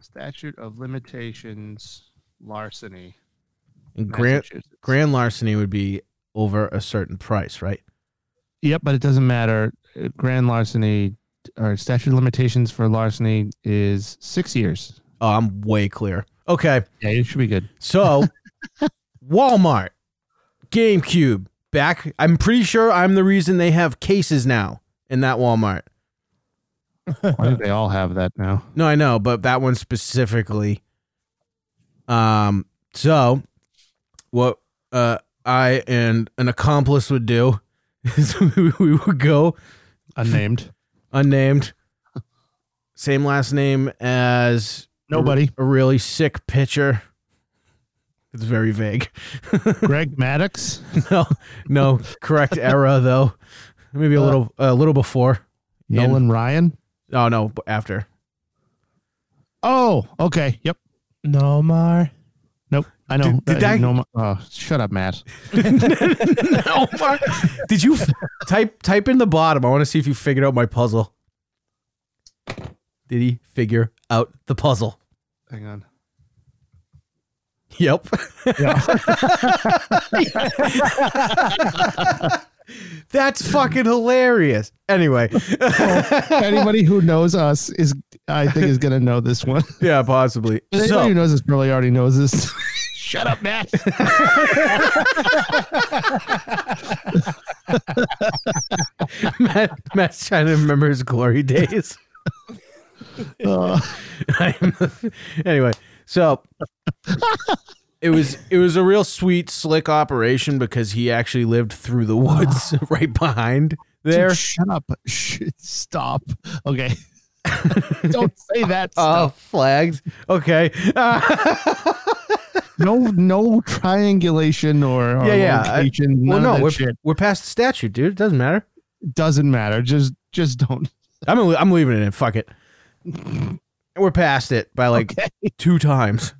[SPEAKER 2] Statute of limitations, larceny.
[SPEAKER 1] And grand grand larceny would be over a certain price, right?
[SPEAKER 2] Yep, but it doesn't matter. Uh, Grand larceny or statute of limitations for larceny is six years.
[SPEAKER 1] Oh, I'm way clear. Okay,
[SPEAKER 2] Yeah, you should be [laughs] good.
[SPEAKER 1] so Walmart, GameCube, back. I'm pretty sure I'm the reason they have cases now in that Walmart.
[SPEAKER 2] I think they all have that now.
[SPEAKER 1] No, I know, but that one specifically. Um, so what uh I and an accomplice would do [laughs] is we, we would go
[SPEAKER 2] Unnamed.
[SPEAKER 1] unnamed, same last name as
[SPEAKER 2] Nobody.
[SPEAKER 1] a really sick pitcher. It's very vague.
[SPEAKER 2] Greg [laughs] Maddox.
[SPEAKER 1] no, no, correct era though. Maybe a
[SPEAKER 2] Uh,
[SPEAKER 1] little, a little before. In-
[SPEAKER 2] Nolan Ryan.
[SPEAKER 1] Oh no, after.
[SPEAKER 2] Oh, okay. Yep.
[SPEAKER 3] no more.
[SPEAKER 2] Nope. I know.
[SPEAKER 1] Did- did that-
[SPEAKER 2] no, oh, shut up, Matt.
[SPEAKER 1] no, Mark. Oh Did you f- type type in the bottom? I want to see if you figured out my puzzle. Did he figure out the puzzle?
[SPEAKER 2] Hang on.
[SPEAKER 1] Yep.
[SPEAKER 2] Yeah.
[SPEAKER 1] Thank That's fucking hilarious. Anyway,
[SPEAKER 2] [laughs] Anybody who knows us is, I think, is gonna know this [laughs] one.
[SPEAKER 1] yeah, possibly.
[SPEAKER 2] Anybody
[SPEAKER 1] So,
[SPEAKER 2] who knows us probably already knows this. [laughs] Shut up, [laughs] Matt.
[SPEAKER 1] Matt, Matt's trying to remember his glory days.
[SPEAKER 2] Uh,
[SPEAKER 1] I'm- [laughs] anyway, so it was it was a real sweet slick operation because he actually lived through the woods
[SPEAKER 2] [sighs]
[SPEAKER 1] [laughs] right behind there.
[SPEAKER 2] dude, shut up. [laughs] Sh- stop.
[SPEAKER 1] [laughs]
[SPEAKER 2] Okay. Don't say that
[SPEAKER 1] Oh,
[SPEAKER 2] stuff.
[SPEAKER 1] flags. Okay. [laughs] Uh,
[SPEAKER 2] no, no triangulation or, or
[SPEAKER 1] Yeah, yeah, I-
[SPEAKER 2] location.
[SPEAKER 1] well,
[SPEAKER 2] none
[SPEAKER 1] no,
[SPEAKER 2] of
[SPEAKER 1] we're,
[SPEAKER 2] that shit
[SPEAKER 1] we're past the statute, dude. It doesn't matter.
[SPEAKER 2] doesn't matter. Just, just don't.
[SPEAKER 1] I'm I'm leaving it in. Fuck it. We're past it by like
[SPEAKER 2] [laughs]
[SPEAKER 1] two times.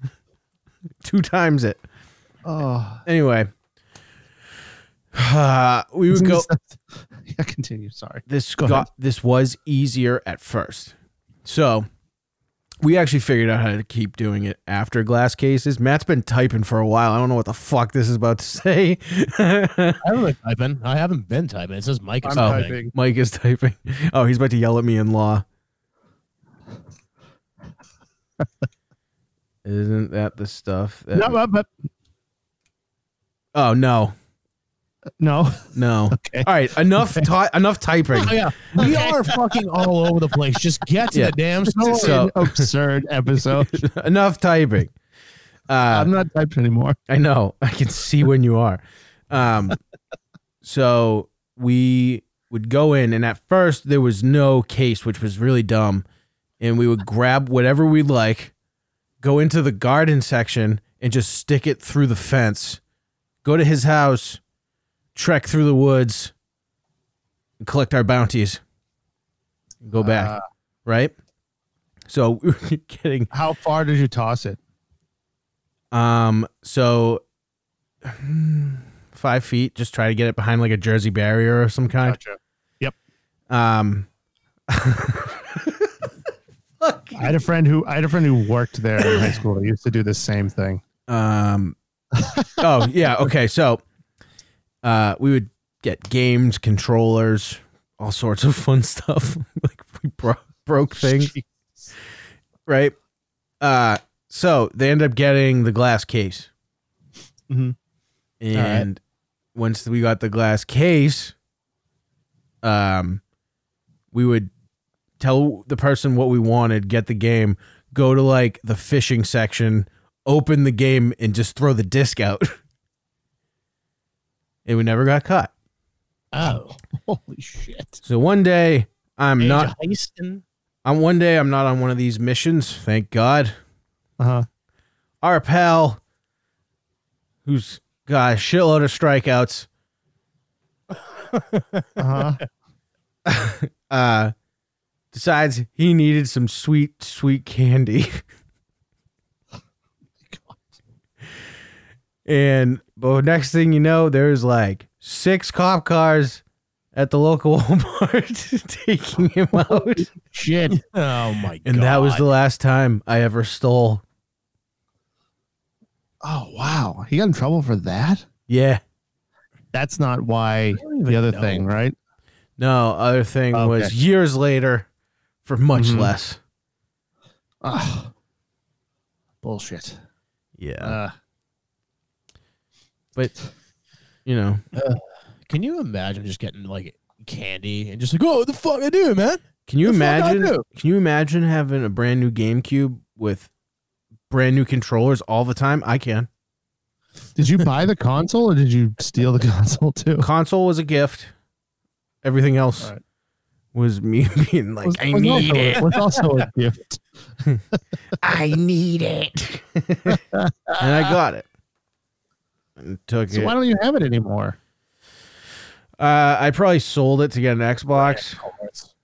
[SPEAKER 1] [laughs] two times it.
[SPEAKER 2] [laughs] Oh,
[SPEAKER 1] Anyway, [sighs] uh, we would
[SPEAKER 2] Isn't
[SPEAKER 1] go.
[SPEAKER 2] this- yeah, continue. Sorry.
[SPEAKER 1] this
[SPEAKER 2] Go
[SPEAKER 1] got this was easier at first. So we actually figured out how to keep doing it after glass cases. Matt's been typing for a while. I don't know what the fuck this is about to say. [laughs]
[SPEAKER 3] I haven't been typing. I haven't been typing. It says Mike is
[SPEAKER 1] I'm
[SPEAKER 3] typing.
[SPEAKER 1] Mike is typing. Oh, he's about to yell at me in law. Isn't that the stuff? that-
[SPEAKER 2] No, but, but
[SPEAKER 1] oh no,
[SPEAKER 2] no.
[SPEAKER 1] no.
[SPEAKER 2] Okay.
[SPEAKER 1] All right, enough. Ty- enough
[SPEAKER 3] [laughs]
[SPEAKER 1] typing.
[SPEAKER 3] Oh, yeah, we are fucking all over the place. Just get to
[SPEAKER 1] Yeah.
[SPEAKER 3] the
[SPEAKER 1] [laughs]
[SPEAKER 3] damn story.
[SPEAKER 2] This is
[SPEAKER 1] So-
[SPEAKER 2] an absurd
[SPEAKER 1] [laughs]
[SPEAKER 2] episode.
[SPEAKER 1] enough typing. Uh,
[SPEAKER 2] I'm not typing anymore.
[SPEAKER 1] [laughs] I know. I can see when you are. Um, so we would go in, and at first there was no case, which was really dumb. And we would grab whatever we like, go into the garden section, and just stick it through the fence. Go to his house, trek through the woods, and collect our bounties. And go back,
[SPEAKER 2] Uh,
[SPEAKER 1] right? So [laughs] we were getting
[SPEAKER 2] How far did you toss it?
[SPEAKER 1] um, so [sighs] five feet, just try to get it behind like a jersey barrier or some kind.
[SPEAKER 2] Gotcha.
[SPEAKER 1] Um,
[SPEAKER 2] I had a friend who I had a friend who worked there in high school. He used to do the same thing.
[SPEAKER 1] um, oh yeah, okay. So, uh, we would get games, controllers, all sorts of [laughs] fun stuff. like we bro- broke things, right? Uh, so they end up getting the glass case,
[SPEAKER 2] Mhm.
[SPEAKER 1] and once we got the glass case, um, we would tell the person what we wanted, get the game, go to like the fishing section, open the game, and just throw the disc out. [laughs] and we never got caught.
[SPEAKER 3] Oh,
[SPEAKER 2] Holy shit!
[SPEAKER 1] So one day I'm
[SPEAKER 3] Age
[SPEAKER 1] not.
[SPEAKER 3] Heiston.
[SPEAKER 1] I'm one day I'm not on one of these missions. Thank God.
[SPEAKER 2] Uh huh.
[SPEAKER 1] our pal who's got a shitload of strikeouts
[SPEAKER 2] Uh [laughs] huh.
[SPEAKER 1] uh decides he needed some sweet sweet candy [laughs] and but next thing you know there's like six cop cars at the local [laughs] Walmart [laughs] taking him out
[SPEAKER 2] shit.
[SPEAKER 3] Oh my god!
[SPEAKER 1] and that was the last time I ever stole
[SPEAKER 2] Oh wow. He got in trouble for that.
[SPEAKER 1] yeah
[SPEAKER 2] That's not why the other
[SPEAKER 3] know.
[SPEAKER 2] thing, right?
[SPEAKER 1] no other thing was
[SPEAKER 2] Okay.
[SPEAKER 1] years later for much
[SPEAKER 2] Mhm.
[SPEAKER 1] less
[SPEAKER 2] Ugh. Bullshit.
[SPEAKER 1] yeah
[SPEAKER 2] Uh,
[SPEAKER 1] but you know
[SPEAKER 3] Can you imagine just getting like candy and just like, oh, the fuck I do, man?
[SPEAKER 1] Can you
[SPEAKER 3] The fuck I
[SPEAKER 1] imagine?
[SPEAKER 3] do.
[SPEAKER 1] Can you imagine having a brand new GameCube with brand new controllers all the time? I can.
[SPEAKER 2] did you buy the console or did you steal the
[SPEAKER 1] [laughs]
[SPEAKER 2] console too?
[SPEAKER 1] Console was a gift. Everything else
[SPEAKER 2] All right.
[SPEAKER 1] was me [laughs] being like,
[SPEAKER 2] Was-
[SPEAKER 1] I
[SPEAKER 2] was
[SPEAKER 1] need
[SPEAKER 2] also, [laughs]
[SPEAKER 1] it.
[SPEAKER 2] Was also
[SPEAKER 1] [laughs]
[SPEAKER 2] a gift.
[SPEAKER 1] I need
[SPEAKER 2] [laughs]
[SPEAKER 1] it. and I got it. And took
[SPEAKER 2] So
[SPEAKER 1] it.
[SPEAKER 2] why don't you have it anymore?
[SPEAKER 1] uh, I probably sold it to get an Xbox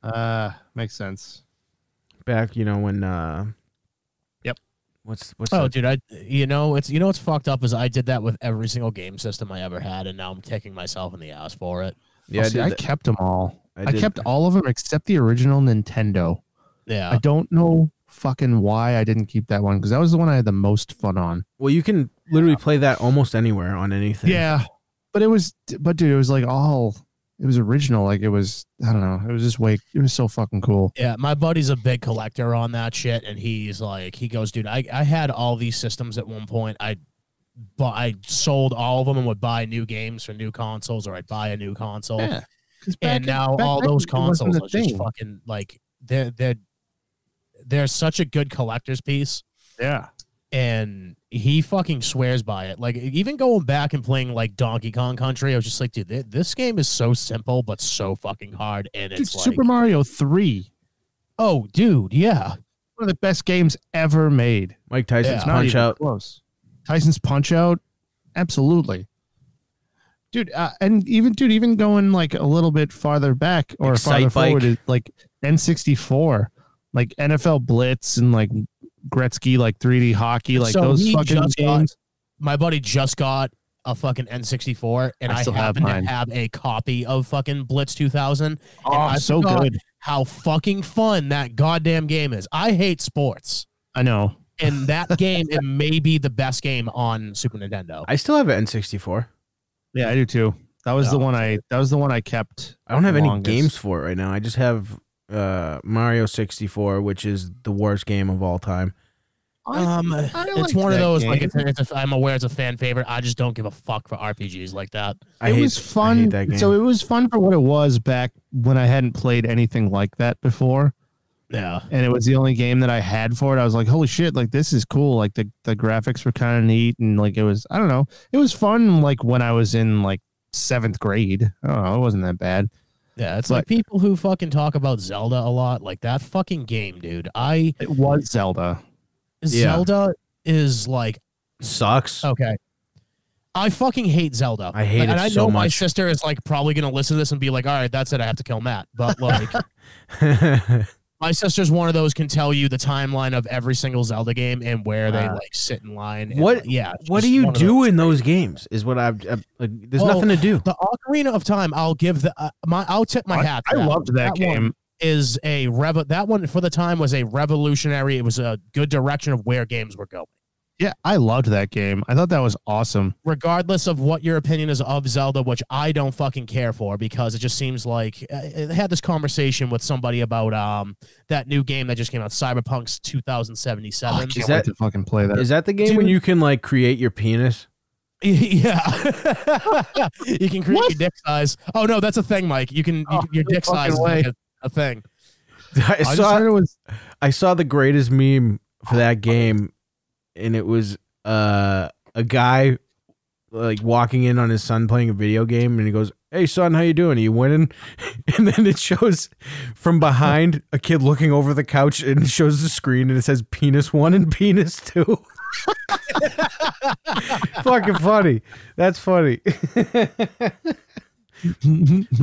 [SPEAKER 2] Uh, makes sense.
[SPEAKER 1] back, you know, when. Uh,
[SPEAKER 2] Yep.
[SPEAKER 1] What's what's
[SPEAKER 3] Oh,
[SPEAKER 1] the-
[SPEAKER 3] dude, I you know it's you know what's fucked up is I did that with every single game system I ever had, and now I'm kicking myself in the ass for it.
[SPEAKER 1] yeah?
[SPEAKER 2] Oh,
[SPEAKER 1] I,
[SPEAKER 2] see,
[SPEAKER 1] did
[SPEAKER 2] I
[SPEAKER 1] that.
[SPEAKER 2] kept them all.
[SPEAKER 1] I
[SPEAKER 2] I,
[SPEAKER 1] did-
[SPEAKER 2] kept all of them except the original Nintendo. I
[SPEAKER 3] Yeah,
[SPEAKER 2] don't know fucking why I didn't keep that one because that was the one I had the most fun on.
[SPEAKER 1] Well, you can literally play that almost anywhere on anything.
[SPEAKER 2] Yeah, but it was, but dude, it was like all it was original. Like it was, I don't know. It was just way. It was so fucking cool.
[SPEAKER 3] Yeah, my buddy's a big collector on that shit, and he's like, he goes, dude, I, I had all these systems at one point. I but I sold all of them and would buy new games for new consoles, or I'd buy a new console.
[SPEAKER 2] 'Cause back
[SPEAKER 3] and
[SPEAKER 2] in-
[SPEAKER 3] now
[SPEAKER 2] back
[SPEAKER 3] all
[SPEAKER 2] then,
[SPEAKER 3] those
[SPEAKER 2] it wasn't
[SPEAKER 3] consoles
[SPEAKER 2] a
[SPEAKER 3] are just
[SPEAKER 2] thing.
[SPEAKER 3] fucking like they're they're they're such a good collector's piece,
[SPEAKER 2] yeah.
[SPEAKER 3] and he fucking swears by it. Like even going back and playing like Donkey Kong Country, I was just like, dude, thi- this game is so simple but so fucking hard, and
[SPEAKER 2] Dude,
[SPEAKER 3] it's like,
[SPEAKER 2] Super Mario Three,
[SPEAKER 3] oh, dude, yeah,
[SPEAKER 2] one of the best games ever made.
[SPEAKER 1] Mike Tyson's
[SPEAKER 3] Yeah.
[SPEAKER 2] Not
[SPEAKER 1] punch
[SPEAKER 2] even
[SPEAKER 1] out.
[SPEAKER 2] Close. Tyson's punch out. Absolutely. Dude, uh, and even dude, even going like a little bit farther back or farther
[SPEAKER 1] Excite Bike.
[SPEAKER 2] forward is like N64, like NFL Blitz and like Gretzky, like 3D hockey, like
[SPEAKER 3] So
[SPEAKER 2] those
[SPEAKER 3] he
[SPEAKER 2] fucking
[SPEAKER 3] just got-
[SPEAKER 2] games.
[SPEAKER 3] my buddy just got a fucking N64, and
[SPEAKER 2] I
[SPEAKER 3] I,
[SPEAKER 2] still have
[SPEAKER 3] happen
[SPEAKER 2] mine.
[SPEAKER 3] to have a copy of fucking Blitz 2000.
[SPEAKER 2] Oh,
[SPEAKER 3] I
[SPEAKER 2] so
[SPEAKER 3] forgot-
[SPEAKER 2] good.
[SPEAKER 3] How fucking fun that goddamn game is! I hate sports.
[SPEAKER 2] I know. [laughs]
[SPEAKER 3] and that game it may be the best game on Super Nintendo.
[SPEAKER 1] I still have an N64.
[SPEAKER 2] Yeah, I do too. That was the
[SPEAKER 3] Yeah.
[SPEAKER 2] one I. That was the one I kept.
[SPEAKER 1] I don't have any
[SPEAKER 2] Longest.
[SPEAKER 1] games for it right now. I just have uh, Mario 64, which is the worst game of all time.
[SPEAKER 3] Um,
[SPEAKER 2] I
[SPEAKER 3] it's
[SPEAKER 2] liked
[SPEAKER 3] one of
[SPEAKER 2] that
[SPEAKER 3] those like
[SPEAKER 2] game.
[SPEAKER 3] it's, a- it's a, I'm aware it's a fan favorite. I just don't give a fuck for RPGs like that.
[SPEAKER 1] I
[SPEAKER 2] it
[SPEAKER 1] hate,
[SPEAKER 2] was fun.
[SPEAKER 1] I hate that game.
[SPEAKER 2] So it was fun for what it was back when I hadn't played anything like that before,
[SPEAKER 3] Yeah,
[SPEAKER 2] and it was the only game that I had for it. I was like, "Holy shit! Like this is cool. Like the the graphics were kind of neat, and like it was. I don't know. It was fun. Like when I was in like seventh grade. I don't know. It wasn't that bad.
[SPEAKER 3] yeah. It's like people who fucking talk about Zelda a lot, like that fucking game, dude. I
[SPEAKER 2] It was Zelda.
[SPEAKER 1] Yeah.
[SPEAKER 3] Zelda is like
[SPEAKER 1] Sucks.
[SPEAKER 3] okay. I fucking hate Zelda.
[SPEAKER 1] I hate
[SPEAKER 3] Like,
[SPEAKER 1] it
[SPEAKER 3] and I
[SPEAKER 1] so
[SPEAKER 3] know my
[SPEAKER 1] much.
[SPEAKER 3] sister is like probably gonna listen to this and be like, "All right, that's it. I have to kill Matt."
[SPEAKER 1] [laughs]
[SPEAKER 3] But like, my sister's one of those can tell you the timeline of every single Zelda game and where they
[SPEAKER 2] Wow.
[SPEAKER 3] like sit in line. and,
[SPEAKER 1] What-
[SPEAKER 3] like, yeah. it's
[SPEAKER 1] [laughs] what do
[SPEAKER 3] just
[SPEAKER 1] you
[SPEAKER 3] one of
[SPEAKER 1] do
[SPEAKER 3] those.
[SPEAKER 1] in those games? Is what I've, I've- like. There's
[SPEAKER 3] Well,
[SPEAKER 1] nothing to do.
[SPEAKER 3] The Ocarina of Time. I'll give the uh, my. I'll tip my
[SPEAKER 2] I-
[SPEAKER 3] hat.
[SPEAKER 2] I,
[SPEAKER 3] to that.
[SPEAKER 2] loved that,
[SPEAKER 3] That one.
[SPEAKER 2] game.
[SPEAKER 3] Is a rev. That one for the time was a revolutionary. It was a good direction of where games were going.
[SPEAKER 2] Yeah, I loved that game. I thought that was awesome.
[SPEAKER 3] Regardless of what your opinion is of Zelda, which I don't fucking care for because it just seems like uh, I I had this conversation with somebody about um that new game that just came out, Cyberpunk's
[SPEAKER 2] Oh, I
[SPEAKER 3] 2077.
[SPEAKER 2] can't
[SPEAKER 1] Is
[SPEAKER 2] wait
[SPEAKER 1] that-
[SPEAKER 2] to fucking play that.
[SPEAKER 1] Is that the game when
[SPEAKER 3] Dude.
[SPEAKER 1] you can like create your penis?
[SPEAKER 3] [laughs]
[SPEAKER 1] [laughs]
[SPEAKER 3] Yeah, [laughs] you can create
[SPEAKER 2] What?
[SPEAKER 3] your dick size. Oh no, that's a thing, Mike. You can, you
[SPEAKER 2] Oh,
[SPEAKER 3] can- your
[SPEAKER 2] no
[SPEAKER 3] dick size
[SPEAKER 2] fucking
[SPEAKER 3] is like
[SPEAKER 2] way.
[SPEAKER 3] a, a thing.
[SPEAKER 1] I
[SPEAKER 2] I just
[SPEAKER 1] saw
[SPEAKER 2] heard it was.
[SPEAKER 1] I saw the greatest meme for that game, and it was uh, a guy like walking in on his son playing a video game, and he goes, "Hey son, how you doing? Are you winning?" [laughs] And then it shows from behind a kid looking over the couch, and it shows the screen, and it says "penis one" and "penis two. [laughs] Fucking funny. That's funny. [laughs] By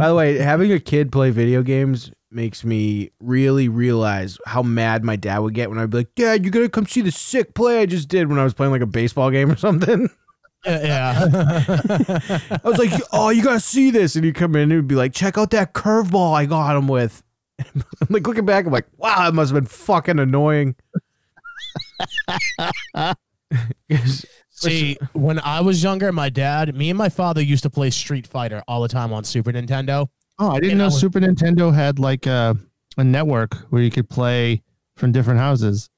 [SPEAKER 1] the way, having a kid play video games makes me really realize how mad my dad would get when I'd be like, Dad, you gotta come see the sick play I just did when I was playing like a baseball game or something.
[SPEAKER 3] Yeah,
[SPEAKER 1] [laughs]
[SPEAKER 2] [laughs]
[SPEAKER 1] I was like, Oh, you gotta see this. And he'd come in and he'd be like, Check out that curveball I got him with. [laughs] I'm like looking back, I'm like, wow, that must have been fucking annoying. [laughs] 'Cause-
[SPEAKER 3] See, when I was younger, my dad, me, and my father used to play Street Fighter all the time on Super Nintendo.
[SPEAKER 2] Oh, I didn't
[SPEAKER 3] And
[SPEAKER 2] know
[SPEAKER 3] I was-
[SPEAKER 2] Super Nintendo had like a, a network where you could play from different houses.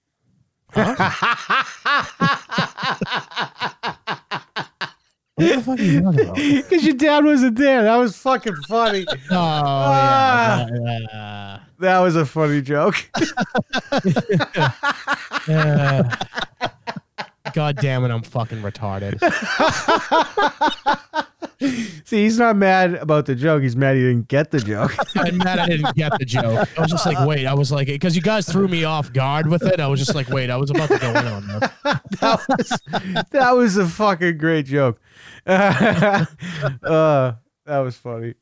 [SPEAKER 3] What the fuck are you talking about? [laughs] Oh
[SPEAKER 1] Because your dad wasn't there. That was fucking funny. Ah.
[SPEAKER 3] yeah, yeah,
[SPEAKER 1] That was a funny [laughs] joke.
[SPEAKER 3] yeah. [laughs] God damn it, I'm fucking retarded.
[SPEAKER 1] See, he's not mad about the joke. He's mad he didn't get the [laughs] joke.
[SPEAKER 3] I'm mad I didn't get the joke. I was just like, wait, I was like, because you guys threw me off guard with it. I was just like, wait, I was about to go in on this.
[SPEAKER 1] That was, that was a fucking great joke. [laughs] Uh, that was funny.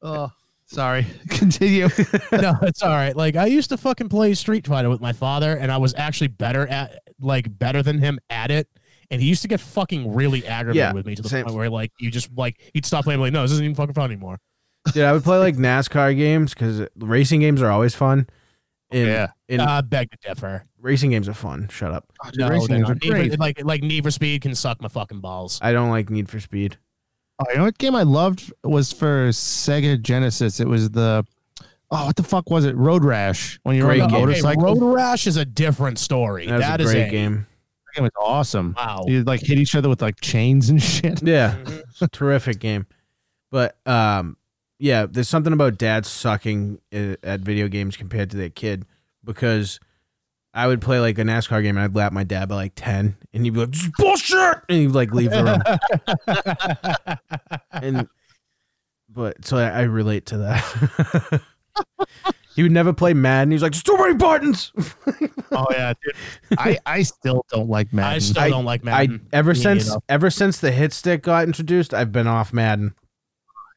[SPEAKER 2] Oh, sorry. [laughs] Continue.
[SPEAKER 3] [laughs] no, it's all right. Like I used to fucking play Street Fighter with my father, and I was actually better at like better than him at it. And he used to get fucking really aggravated
[SPEAKER 1] Yeah,
[SPEAKER 3] with me to the
[SPEAKER 1] same.
[SPEAKER 3] point where like you just like he'd stop playing. Like no, this isn't even fucking fun anymore.
[SPEAKER 1] Dude, I would play like NASCAR games because racing games are always fun. And,
[SPEAKER 2] Yeah.
[SPEAKER 1] and
[SPEAKER 3] I Uh, beg to differ.
[SPEAKER 1] racing games are fun. Shut up.
[SPEAKER 2] Oh, dude,
[SPEAKER 3] No,
[SPEAKER 2] racing
[SPEAKER 3] they're
[SPEAKER 2] games are
[SPEAKER 3] not. Need for-
[SPEAKER 2] great.
[SPEAKER 3] like like Need for Speed can suck my fucking balls.
[SPEAKER 1] I don't like Need for Speed.
[SPEAKER 2] Oh, you know what game I loved was for Sega Genesis. It was the oh, what the fuck was it? Road Rash. When you were on
[SPEAKER 1] Great
[SPEAKER 2] a
[SPEAKER 1] game.
[SPEAKER 2] motorcycle,
[SPEAKER 3] Road Rash is a different story.
[SPEAKER 1] That was
[SPEAKER 3] That
[SPEAKER 1] a
[SPEAKER 3] is
[SPEAKER 1] great game.
[SPEAKER 2] That game was awesome.
[SPEAKER 3] Wow.
[SPEAKER 2] You like hit each other with like chains and [laughs] shit.
[SPEAKER 1] Yeah, it's a terrific game. But um, yeah, there's something about dads sucking i- at video games compared to their kid because I would play like a NASCAR game and I'd lap my dad by like ten, and he'd be like, "This is "Bullshit," and he'd like leave the room. and but so I, I relate to that. [laughs] he would never play Madden. He's like, "There's too many buttons."
[SPEAKER 2] oh yeah, dude. [laughs] I I still don't like
[SPEAKER 3] I
[SPEAKER 2] Madden.
[SPEAKER 3] still
[SPEAKER 1] I-
[SPEAKER 3] don't like
[SPEAKER 1] I
[SPEAKER 3] Madden.
[SPEAKER 1] ever
[SPEAKER 3] Me
[SPEAKER 1] since
[SPEAKER 3] either.
[SPEAKER 1] ever since the hit stick got introduced, I've been off Madden.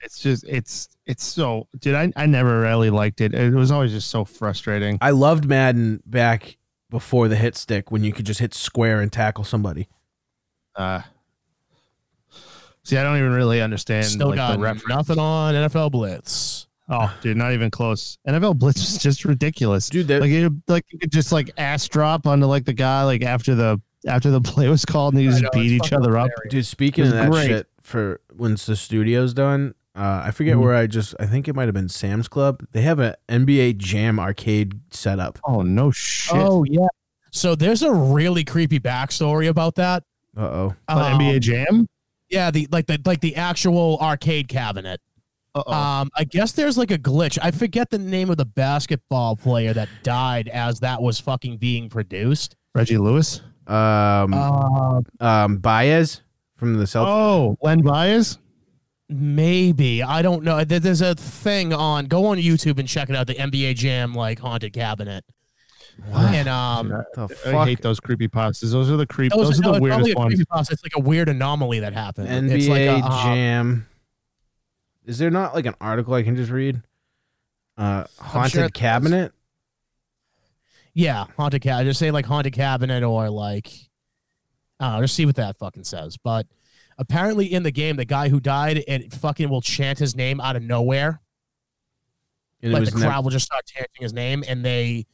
[SPEAKER 2] it's just it's it's so dude. I I never really liked it. It was always just so frustrating.
[SPEAKER 1] I loved Madden back before the hit stick when you could just hit square and tackle somebody.
[SPEAKER 2] Uh, see, I don't even really understand
[SPEAKER 3] still
[SPEAKER 2] like
[SPEAKER 3] got
[SPEAKER 2] the reference.
[SPEAKER 3] nothing on NFL Blitz.
[SPEAKER 2] Oh, [laughs] dude, not even close. NFL Blitz is just ridiculous.
[SPEAKER 1] Dude, that,
[SPEAKER 2] like it, like you could just like ass drop onto like the guy like after the after the [laughs] play was called and they just
[SPEAKER 3] know,
[SPEAKER 2] beat
[SPEAKER 3] it's
[SPEAKER 2] each other up.
[SPEAKER 1] dude, speaking
[SPEAKER 2] it
[SPEAKER 1] of
[SPEAKER 2] was
[SPEAKER 1] that
[SPEAKER 2] great.
[SPEAKER 1] shit for when the studio's done, uh, I forget
[SPEAKER 2] Mhm.
[SPEAKER 1] where I just I think it might have been Sam's Club. They have an NBA Jam arcade set up.
[SPEAKER 2] Oh no shit!
[SPEAKER 3] Oh yeah. So there's a really creepy backstory about that.
[SPEAKER 1] Uh oh.
[SPEAKER 2] On
[SPEAKER 3] Um,
[SPEAKER 2] NBA Jam.
[SPEAKER 3] Yeah, the like the like the actual arcade cabinet.
[SPEAKER 2] Uh-oh.
[SPEAKER 3] Um, I guess there's like a glitch. I forget the name of the basketball player that died as that was fucking being produced.
[SPEAKER 2] Reggie Lewis.
[SPEAKER 1] Um,
[SPEAKER 2] Mm.
[SPEAKER 3] Uh,
[SPEAKER 1] um, Baez from the Celtics.
[SPEAKER 2] Oh, Len Bias.
[SPEAKER 3] maybe I don't know. There- There's a thing on. Go on YouTube and check it out. The NBA Jam like haunted cabinet.
[SPEAKER 2] oh,
[SPEAKER 3] And um,
[SPEAKER 1] the
[SPEAKER 2] I
[SPEAKER 1] fuck?
[SPEAKER 2] hate those creepy pastas. Those are the creep.
[SPEAKER 3] those,
[SPEAKER 2] Those, are
[SPEAKER 3] no,
[SPEAKER 2] the
[SPEAKER 3] it's not
[SPEAKER 2] weirdest
[SPEAKER 3] really a
[SPEAKER 2] ones.
[SPEAKER 3] creepypasta. It's like a weird anomaly that happened.
[SPEAKER 1] NBA
[SPEAKER 3] it's like a, uh,
[SPEAKER 1] Jam. Is there not like an article I can just read? Uh, haunted
[SPEAKER 3] sure there's-
[SPEAKER 1] cabinet.
[SPEAKER 3] Yeah, haunted cabinet. Just say like haunted cabinet or like I don't know, just see what that fucking says. But apparently in the game, the guy who died and fucking will chant his name out of nowhere.
[SPEAKER 1] And
[SPEAKER 3] like the
[SPEAKER 1] never-
[SPEAKER 3] crowd will just start chanting his name and they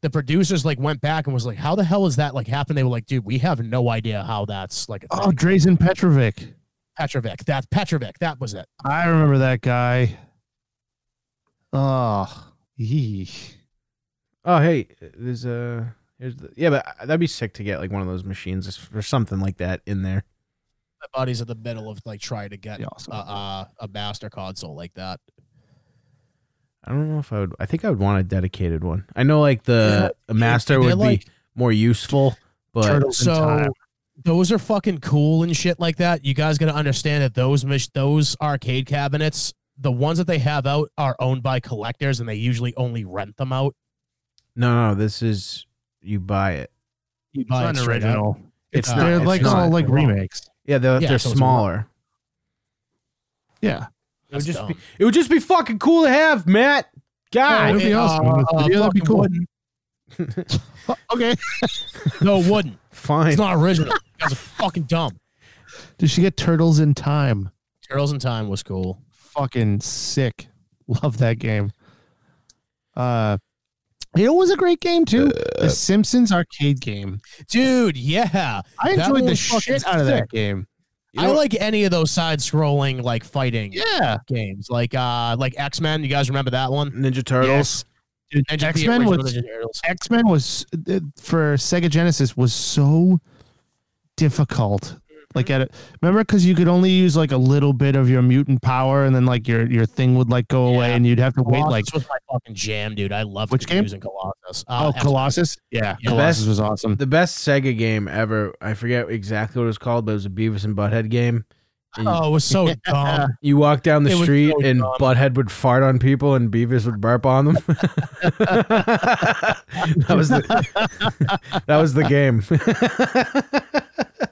[SPEAKER 3] the producers like went back and was like, How the hell is that like happened? They were like, dude, we have no idea how that's like a
[SPEAKER 2] Oh,
[SPEAKER 3] thing.
[SPEAKER 2] Drazen Petrovic.
[SPEAKER 3] Petrovic. That's Petrovic. That was it.
[SPEAKER 2] I remember that guy. Oh, yee.
[SPEAKER 1] Oh hey, there's a here's the, yeah, but uh, that'd be sick to get like one of those machines just for something like that in there.
[SPEAKER 3] My buddy's at the middle of like trying to get
[SPEAKER 2] That'd be awesome.
[SPEAKER 3] a, a, a master console like that.
[SPEAKER 1] I don't know if I would. I think I would want a dedicated one. I know like the a master
[SPEAKER 3] They're
[SPEAKER 1] would
[SPEAKER 3] like-
[SPEAKER 1] be more useful, but
[SPEAKER 2] Turtles in
[SPEAKER 3] so
[SPEAKER 2] Time.
[SPEAKER 3] those are fucking cool and shit like that. You guys got to understand that those mich- those arcade cabinets, the ones that they have out are owned by collectors and they usually only rent them out.
[SPEAKER 1] no, no, this is you buy it.
[SPEAKER 3] You
[SPEAKER 2] It's
[SPEAKER 3] buy
[SPEAKER 2] not
[SPEAKER 3] it straight up.
[SPEAKER 2] original.
[SPEAKER 1] It's
[SPEAKER 3] Uh,
[SPEAKER 1] not.
[SPEAKER 2] They're
[SPEAKER 1] it's
[SPEAKER 2] like
[SPEAKER 1] not.
[SPEAKER 2] all like
[SPEAKER 3] Wrong.
[SPEAKER 2] remakes.
[SPEAKER 1] yeah, they're,
[SPEAKER 3] Yeah,
[SPEAKER 1] they're
[SPEAKER 3] so it's
[SPEAKER 1] smaller.
[SPEAKER 2] Yeah.
[SPEAKER 1] It would
[SPEAKER 3] That's
[SPEAKER 1] just be,
[SPEAKER 3] dumb.
[SPEAKER 1] it would just be fucking cool to have, Matt.
[SPEAKER 2] it
[SPEAKER 1] God,
[SPEAKER 2] would be
[SPEAKER 3] Uh,
[SPEAKER 2] awesome.
[SPEAKER 3] uh,
[SPEAKER 2] Yeah, that'd be
[SPEAKER 3] fucking
[SPEAKER 2] cool.
[SPEAKER 3] wouldn't.
[SPEAKER 2] Okay.
[SPEAKER 3] No, it wouldn't.
[SPEAKER 1] fine.
[SPEAKER 3] It's [laughs] not original. You guys are fucking dumb.
[SPEAKER 2] Did she get Turtles in Time?
[SPEAKER 3] Turtles in Time was cool.
[SPEAKER 2] Fucking sick. [laughs] Love that game. Uh, it was a great game too. the Simpsons arcade game.
[SPEAKER 3] Dude, yeah.
[SPEAKER 2] I
[SPEAKER 3] that
[SPEAKER 2] enjoyed
[SPEAKER 3] one
[SPEAKER 2] the
[SPEAKER 3] was fucking
[SPEAKER 2] shit out of that
[SPEAKER 3] sick.
[SPEAKER 2] game.
[SPEAKER 1] know-
[SPEAKER 3] I like any of those side scrolling like fighting
[SPEAKER 2] Yeah.
[SPEAKER 3] games. Like uh like X-Men, you guys remember that one?
[SPEAKER 1] Ninja Turtles.
[SPEAKER 2] Dude,
[SPEAKER 3] And just the
[SPEAKER 2] X-Men
[SPEAKER 3] original
[SPEAKER 2] was
[SPEAKER 3] Ninja Turtles.
[SPEAKER 2] X Men was uh, for Sega Genesis was so difficult.
[SPEAKER 3] Mm-hmm.
[SPEAKER 2] Like at it, remember because you could only use like a little bit of your mutant power, and then like your your thing would like go away,
[SPEAKER 3] Yeah.
[SPEAKER 2] and you'd have to wait
[SPEAKER 3] Colossus
[SPEAKER 2] like
[SPEAKER 3] was my fucking jam, dude. I loved
[SPEAKER 2] Which game?
[SPEAKER 3] using Colossus. Uh,
[SPEAKER 2] oh
[SPEAKER 3] X-Men.
[SPEAKER 2] Colossus, yeah,
[SPEAKER 3] Yeah.
[SPEAKER 2] Colossus
[SPEAKER 1] Best-
[SPEAKER 2] was awesome.
[SPEAKER 1] The best Sega game ever. I forget exactly what it was called, but it was a Beavis and Butthead game. And
[SPEAKER 3] Oh, it
[SPEAKER 2] [laughs]
[SPEAKER 3] was so dumb.
[SPEAKER 1] You walk down the
[SPEAKER 3] It was
[SPEAKER 1] street
[SPEAKER 3] so
[SPEAKER 1] and
[SPEAKER 3] dumb.
[SPEAKER 1] Butthead would fart on people and Beavis would burp on them. [laughs] that was the [laughs] that was the game. [laughs]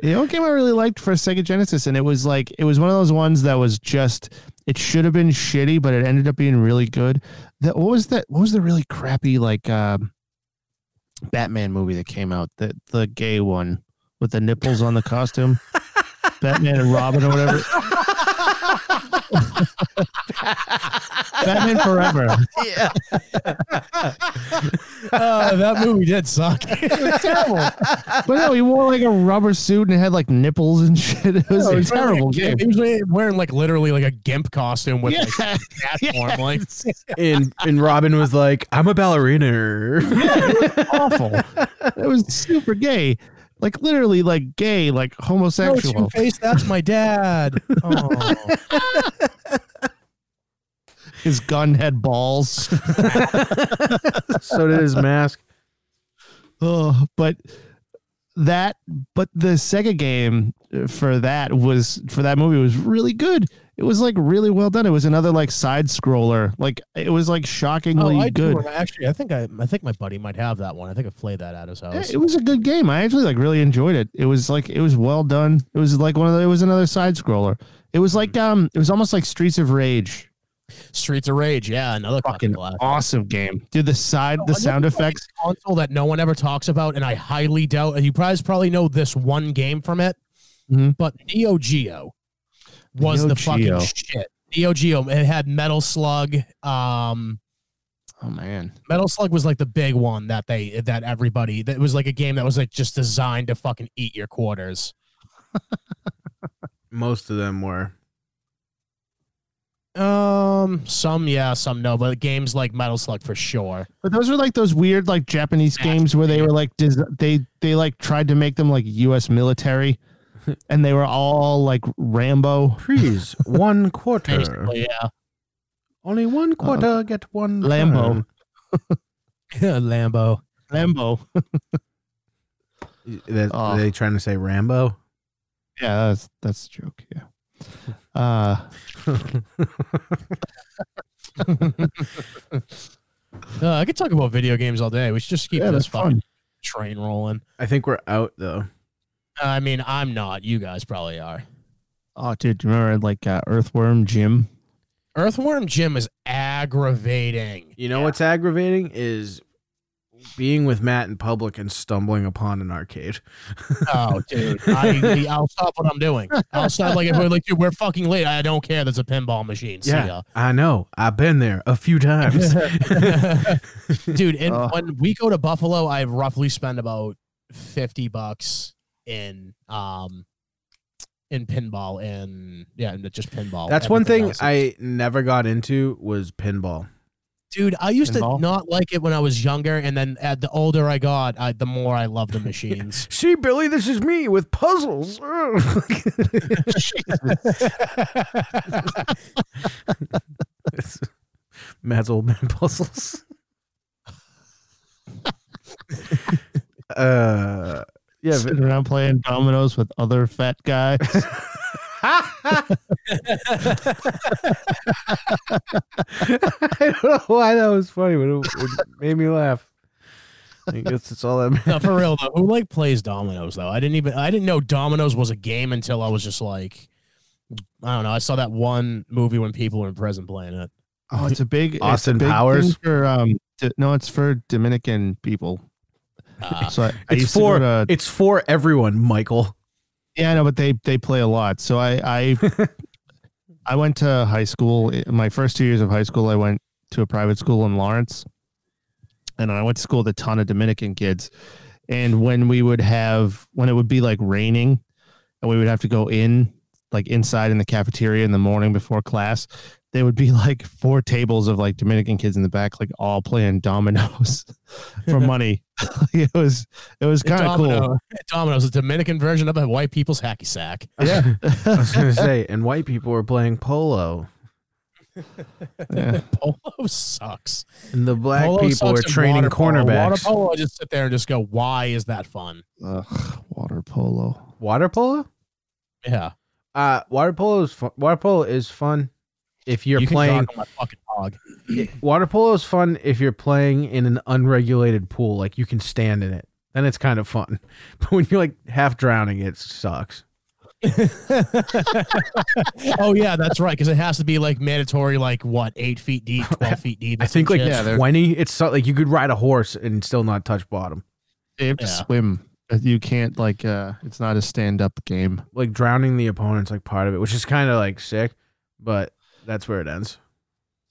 [SPEAKER 2] The only game I really liked for Sega Genesis, and it was like it was one of those ones that was just it should have been shitty, but it ended up being really good. That what was that? What was the really crappy like um, Batman movie that came out? The the gay one with the nipples on the
[SPEAKER 3] [laughs]
[SPEAKER 2] costume, Batman and Robin or whatever. Batman Forever.
[SPEAKER 1] yeah.
[SPEAKER 3] Uh, that movie
[SPEAKER 2] [laughs]
[SPEAKER 3] did suck.
[SPEAKER 2] terrible. But no, he wore like a rubber suit and had like nipples and shit. It was
[SPEAKER 3] No,
[SPEAKER 2] a
[SPEAKER 3] he's wearing,
[SPEAKER 2] terrible
[SPEAKER 3] like,
[SPEAKER 2] game.
[SPEAKER 3] He was wearing- wearing like literally like a gimp costume with like
[SPEAKER 2] Yeah.
[SPEAKER 3] [laughs]
[SPEAKER 2] [laughs]
[SPEAKER 3] cat form. Like
[SPEAKER 1] And and Robin was like, I'm a ballerina. [laughs]
[SPEAKER 2] [laughs] awful. It was super gay. Like literally like gay, like homosexual.
[SPEAKER 3] No, face. That's
[SPEAKER 2] [laughs]
[SPEAKER 3] my dad. Oh.
[SPEAKER 2] His gun had
[SPEAKER 3] [laughs]
[SPEAKER 2] balls.
[SPEAKER 1] so did his mask.
[SPEAKER 2] oh, but that but the Sega game for that was for that movie was really good. It was like really well done. It was another like side scroller. Like it was like shockingly
[SPEAKER 3] Oh, I do
[SPEAKER 2] good.
[SPEAKER 3] remember- Actually, I think I, I think my buddy might have that one. I think I played that at his
[SPEAKER 2] Yeah,
[SPEAKER 3] house.
[SPEAKER 2] it was a good game. I actually like really enjoyed it. It was like it was well done. It was like one of the, it was another side scroller. It was like um it was almost like Streets of Rage.
[SPEAKER 3] Streets of Rage, yeah, another
[SPEAKER 2] Fucking
[SPEAKER 3] fucking classic.
[SPEAKER 2] awesome game. Dude, the side the
[SPEAKER 3] Another
[SPEAKER 2] sound
[SPEAKER 3] fucking
[SPEAKER 2] effects.
[SPEAKER 3] console that no one ever talks about, and I highly doubt you guys probably know this one game from it.
[SPEAKER 2] Mhm.
[SPEAKER 3] But Neo Geo was
[SPEAKER 2] Neo
[SPEAKER 3] the
[SPEAKER 2] Geo.
[SPEAKER 3] fucking shit. Neo Geo, it had Metal Slug. Um,
[SPEAKER 2] Oh man.
[SPEAKER 3] Metal Slug was like the big one that they that everybody that was like a game that was like just designed to fucking eat your quarters.
[SPEAKER 1] Most of them were.
[SPEAKER 3] Um, some yeah, some no, but games like Metal Slug for sure.
[SPEAKER 2] But those were like those weird like Japanese games where they were like des- they they like tried to make them like US [laughs] military and they were all like Rambo.
[SPEAKER 1] Please,
[SPEAKER 3] [laughs]
[SPEAKER 1] one quarter.
[SPEAKER 3] Basically, yeah.
[SPEAKER 1] Only one quarter, get one.
[SPEAKER 2] Lambo.
[SPEAKER 1] turn.
[SPEAKER 3] [laughs] Lambo.
[SPEAKER 2] Rambo.
[SPEAKER 1] That-
[SPEAKER 2] Oh.
[SPEAKER 1] They trying to say [laughs] Rambo?
[SPEAKER 2] [laughs] Yeah, that's that's a joke, [laughs] yeah. Uh
[SPEAKER 3] Uh, I could talk about video games all day. We should just keep
[SPEAKER 2] yeah, that's
[SPEAKER 3] this fucking
[SPEAKER 2] fun.
[SPEAKER 3] train rolling.
[SPEAKER 1] I think we're out though.
[SPEAKER 3] I mean, I'm not. You guys probably are.
[SPEAKER 2] Oh dude, do you remember like uh, Earthworm Jim?
[SPEAKER 3] Earthworm Jim is aggravating.
[SPEAKER 1] You know what's aggravating is being with Matt in public and stumbling upon an arcade.
[SPEAKER 3] Oh, [laughs] dude. I, I'll stop what I'm doing. I'll stop. Like, if we're like, dude, we're fucking late. I don't care. There's a pinball machine. See
[SPEAKER 1] Yeah.
[SPEAKER 3] ya.
[SPEAKER 1] I know. I've been there a few times.
[SPEAKER 3] [laughs] dude and
[SPEAKER 2] Oh.
[SPEAKER 3] when we go to buffalo i roughly spend about 50 bucks in um in pinball and yeah and just pinball
[SPEAKER 1] That's one
[SPEAKER 3] Everything
[SPEAKER 1] thing
[SPEAKER 3] else is-
[SPEAKER 1] I never got into was pinball.
[SPEAKER 3] dude i used
[SPEAKER 2] Pinball?
[SPEAKER 3] to not like it when i was younger and then at the older i got I, the more i
[SPEAKER 1] [laughs]
[SPEAKER 3] love the machines
[SPEAKER 1] See, Billy, this is me with puzzles. [laughs] It's Matt's old man [laughs] puzzles. uh, yeah.
[SPEAKER 2] Sitting around playing dominoes with other fat [laughs] guys.
[SPEAKER 1] [laughs] but- I don't know why that was funny, but it, it made me laugh. I guess it's all that
[SPEAKER 3] no, for real though who like plays dominoes though i didn't even i didn't know dominoes was a game until i was just like i don't know i saw that one movie when people were in prison playing it
[SPEAKER 2] Oh, it's a big it's a
[SPEAKER 1] Austin
[SPEAKER 2] big thing
[SPEAKER 1] Powers?
[SPEAKER 2] for um. di- no, it's for Dominican people.
[SPEAKER 3] Ah.
[SPEAKER 2] So I, I
[SPEAKER 1] It's
[SPEAKER 2] used to
[SPEAKER 1] for
[SPEAKER 2] go to-
[SPEAKER 1] it's for everyone, Michael.
[SPEAKER 2] yeah, I know, but they they play a lot. So I I I went to high school. i- My first two years of high school, I went to a private school in Lawrence, and I went to school with a ton of Dominican kids. And when we would have when it would be like raining, and we would have to go in like inside in the cafeteria in the morning before class. There would be like four tables of like Dominican kids in the back, like all playing dominoes [laughs] for money. [laughs] it was it was kind of cool.
[SPEAKER 3] Domino- Domino's a Dominican version of a white people's hacky sack.
[SPEAKER 1] [laughs] Yeah. I was gonna say, and white people were playing polo,
[SPEAKER 2] Yeah.
[SPEAKER 3] Polo sucks.
[SPEAKER 1] and the black
[SPEAKER 3] Polo
[SPEAKER 1] people were
[SPEAKER 3] sucks and
[SPEAKER 1] training
[SPEAKER 3] water polo. Water
[SPEAKER 1] cornerbacks.
[SPEAKER 3] polo, I just sit there and just go, why is that fun?
[SPEAKER 2] Ugh, water polo.
[SPEAKER 1] Water polo?
[SPEAKER 3] Yeah,
[SPEAKER 1] Uh, water polo is fun. water polo is fun if you're
[SPEAKER 3] you can
[SPEAKER 1] playing.
[SPEAKER 3] dog on my fucking dog.
[SPEAKER 1] Water polo is fun if you're playing in an unregulated pool, like you can stand in it. Then it's kind of fun. [laughs] But when you're like half drowning, it sucks.
[SPEAKER 3] oh yeah, that's right, because it has to be like mandatory, like what eight
[SPEAKER 1] [laughs]
[SPEAKER 3] feet deep, twelve feet deep.
[SPEAKER 1] I
[SPEAKER 3] or some
[SPEAKER 1] think like
[SPEAKER 3] shit.
[SPEAKER 2] Yeah, they're-
[SPEAKER 1] twenty. It's so, like you could ride a horse and still not touch bottom.
[SPEAKER 2] They have to
[SPEAKER 3] Yeah.
[SPEAKER 2] swim. You can't like. uh It's not a stand-up game.
[SPEAKER 1] Like drowning the opponent's like part of it, which is kind of like sick, but that's where it ends.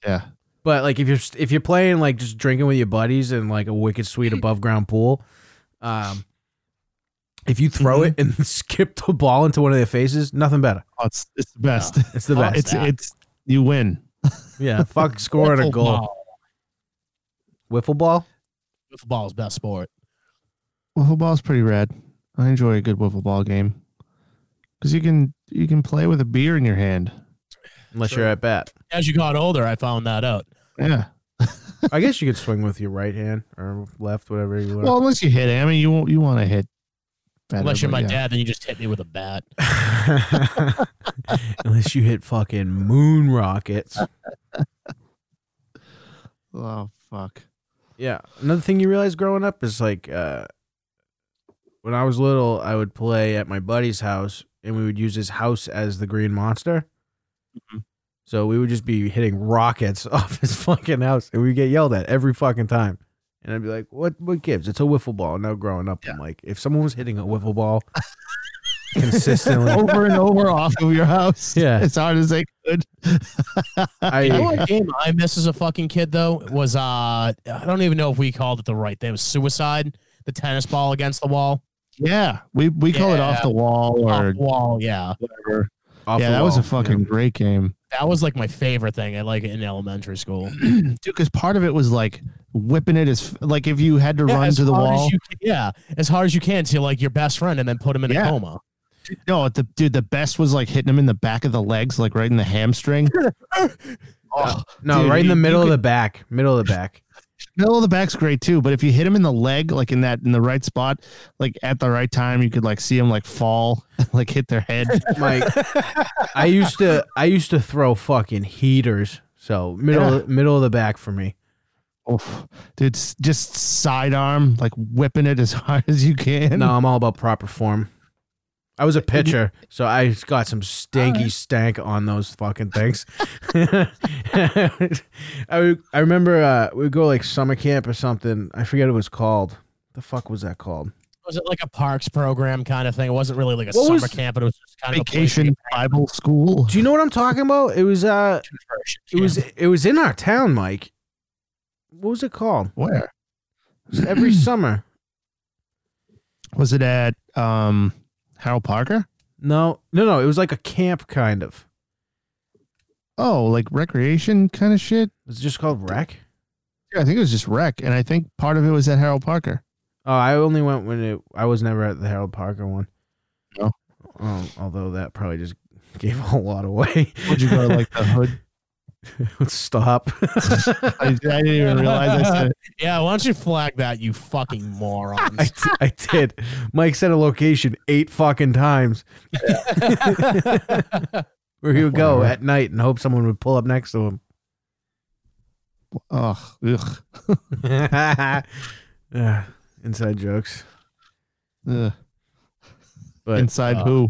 [SPEAKER 2] Yeah.
[SPEAKER 1] But like if you're if you're playing like just drinking with your buddies in like a wicked
[SPEAKER 2] [laughs]
[SPEAKER 1] sweet above ground pool, um, if you throw
[SPEAKER 2] Mm-hmm.
[SPEAKER 1] it and [laughs] skip the ball into one of their faces, nothing better.
[SPEAKER 2] Oh, it's, it's the [laughs] best.
[SPEAKER 1] It's the
[SPEAKER 3] Oh,
[SPEAKER 1] best.
[SPEAKER 2] Uh, it's it's you win.
[SPEAKER 1] yeah, fuck scoring a
[SPEAKER 3] Wiffle
[SPEAKER 1] goal.
[SPEAKER 3] ball.
[SPEAKER 1] Wiffle ball.
[SPEAKER 3] Wiffle ball is best sport.
[SPEAKER 2] Wiffle ball's pretty rad. I enjoy a good wiffle ball game because you can you can play with a beer in your hand.
[SPEAKER 1] Unless
[SPEAKER 3] Sure.
[SPEAKER 1] you're at bat,
[SPEAKER 3] As you got older, I found that out.
[SPEAKER 2] Yeah.
[SPEAKER 1] I guess you could swing with your right hand or left, whatever you want.
[SPEAKER 2] Well, unless you hit it. I mean, you won't, you want to hit. better,
[SPEAKER 3] Unless you're
[SPEAKER 2] but
[SPEAKER 3] my
[SPEAKER 2] yeah.
[SPEAKER 3] dad, then you just hit me with a bat.
[SPEAKER 1] [laughs] Unless you hit fucking moon rockets.
[SPEAKER 2] Oh fuck.
[SPEAKER 1] Yeah. Another thing you realize growing up is like uh, when I was little, I would play at my buddy's house and we would use his house as the green monster.
[SPEAKER 2] Mm-hmm.
[SPEAKER 1] So we would just be hitting rockets [laughs] off his fucking house and we'd get yelled at every fucking time. And I'd be like, what what gives? It's a wiffle ball. Now growing up, I'm like, if someone was hitting a wiffle
[SPEAKER 2] [laughs]
[SPEAKER 1] ball consistently,
[SPEAKER 2] Over and over [laughs] off of your house.
[SPEAKER 1] Yeah.
[SPEAKER 2] As hard as they could.
[SPEAKER 1] I,
[SPEAKER 3] You know what game I miss as a fucking kid though was uh I don't even know if we called it the right thing. It was suicide, the tennis ball against the wall.
[SPEAKER 2] Yeah. We we call it off
[SPEAKER 3] Yeah.
[SPEAKER 2] the wall
[SPEAKER 3] Off
[SPEAKER 2] or
[SPEAKER 3] the wall, yeah.
[SPEAKER 2] whatever.
[SPEAKER 1] off
[SPEAKER 2] yeah,
[SPEAKER 1] the
[SPEAKER 2] that was a
[SPEAKER 1] wall, you know?
[SPEAKER 2] fucking great game.
[SPEAKER 3] That was like my favorite thing. I like it in elementary school.
[SPEAKER 2] [clears throat] Dude, because part of it was like whipping it as like if you had to
[SPEAKER 3] Yeah,
[SPEAKER 2] run
[SPEAKER 3] as
[SPEAKER 2] to the
[SPEAKER 3] hard as
[SPEAKER 2] wall.
[SPEAKER 3] you can- yeah, as hard as you can to like your best friend and then put him in
[SPEAKER 2] Yeah.
[SPEAKER 3] a coma.
[SPEAKER 2] No, the dude, the best was like hitting him in the back of the legs, like right in the
[SPEAKER 3] [laughs]
[SPEAKER 2] hamstring. oh,
[SPEAKER 1] No,
[SPEAKER 2] Dude,
[SPEAKER 1] right in the
[SPEAKER 2] you- you
[SPEAKER 1] middle of
[SPEAKER 2] could-
[SPEAKER 1] the back. Middle of the back.
[SPEAKER 2] middle of the back's great too, but if you hit him in the leg, like in that in the right spot, like at the right time, you could like see him like fall, [laughs] like hit their
[SPEAKER 3] [laughs]
[SPEAKER 2] head.
[SPEAKER 1] Like I used to I used to throw fucking heaters. So middle middle of the back for me.
[SPEAKER 2] Oof. Dude, s- just sidearm, like whipping it as [laughs] hard as you can.
[SPEAKER 1] No, I'm all about proper form. I was a pitcher, so I got some stanky stank on those fucking things. [laughs] I would- I remember uh, we'd go like summer camp or something. I forget what it was called. The fuck was that called?
[SPEAKER 3] Was it like a parks program kind of thing? It wasn't really like a
[SPEAKER 1] What
[SPEAKER 3] summer
[SPEAKER 1] was-
[SPEAKER 3] camp, but it was just kind of
[SPEAKER 2] Vacation Bible school.
[SPEAKER 1] Do you know what I'm talking about? It was uh,
[SPEAKER 3] a place
[SPEAKER 1] it was it was in our town, Mike. What was it called?
[SPEAKER 2] Where?
[SPEAKER 1] It was every summer.
[SPEAKER 2] Was it at um Harold Parker?
[SPEAKER 1] No, no, no. It was like a camp kind of.
[SPEAKER 2] Oh, like recreation kind of shit?
[SPEAKER 1] It was just called rec.
[SPEAKER 2] Yeah, I think it was just rec. And I think part of it was at Harold Parker.
[SPEAKER 1] Oh, I only went when it. I was never at the Harold Parker one.
[SPEAKER 2] No.
[SPEAKER 1] Um, although that probably just [laughs] gave a whole lot away.
[SPEAKER 2] Would you go to like the hood?
[SPEAKER 1] [laughs] Stop.
[SPEAKER 2] [laughs] I, I didn't even realize I said it.
[SPEAKER 3] Yeah, why don't you flag that, you
[SPEAKER 2] [laughs]
[SPEAKER 3] fucking
[SPEAKER 1] I,
[SPEAKER 3] morons?
[SPEAKER 1] [laughs] I did. Mike said a location eight fucking times. [laughs] Where he would go
[SPEAKER 2] Whatever.
[SPEAKER 1] at night and hope someone would pull up next to him. [laughs]
[SPEAKER 2] Ugh, ugh,
[SPEAKER 1] Yeah, Inside jokes.
[SPEAKER 2] ugh.
[SPEAKER 1] But
[SPEAKER 2] Inside
[SPEAKER 3] uh,
[SPEAKER 2] who?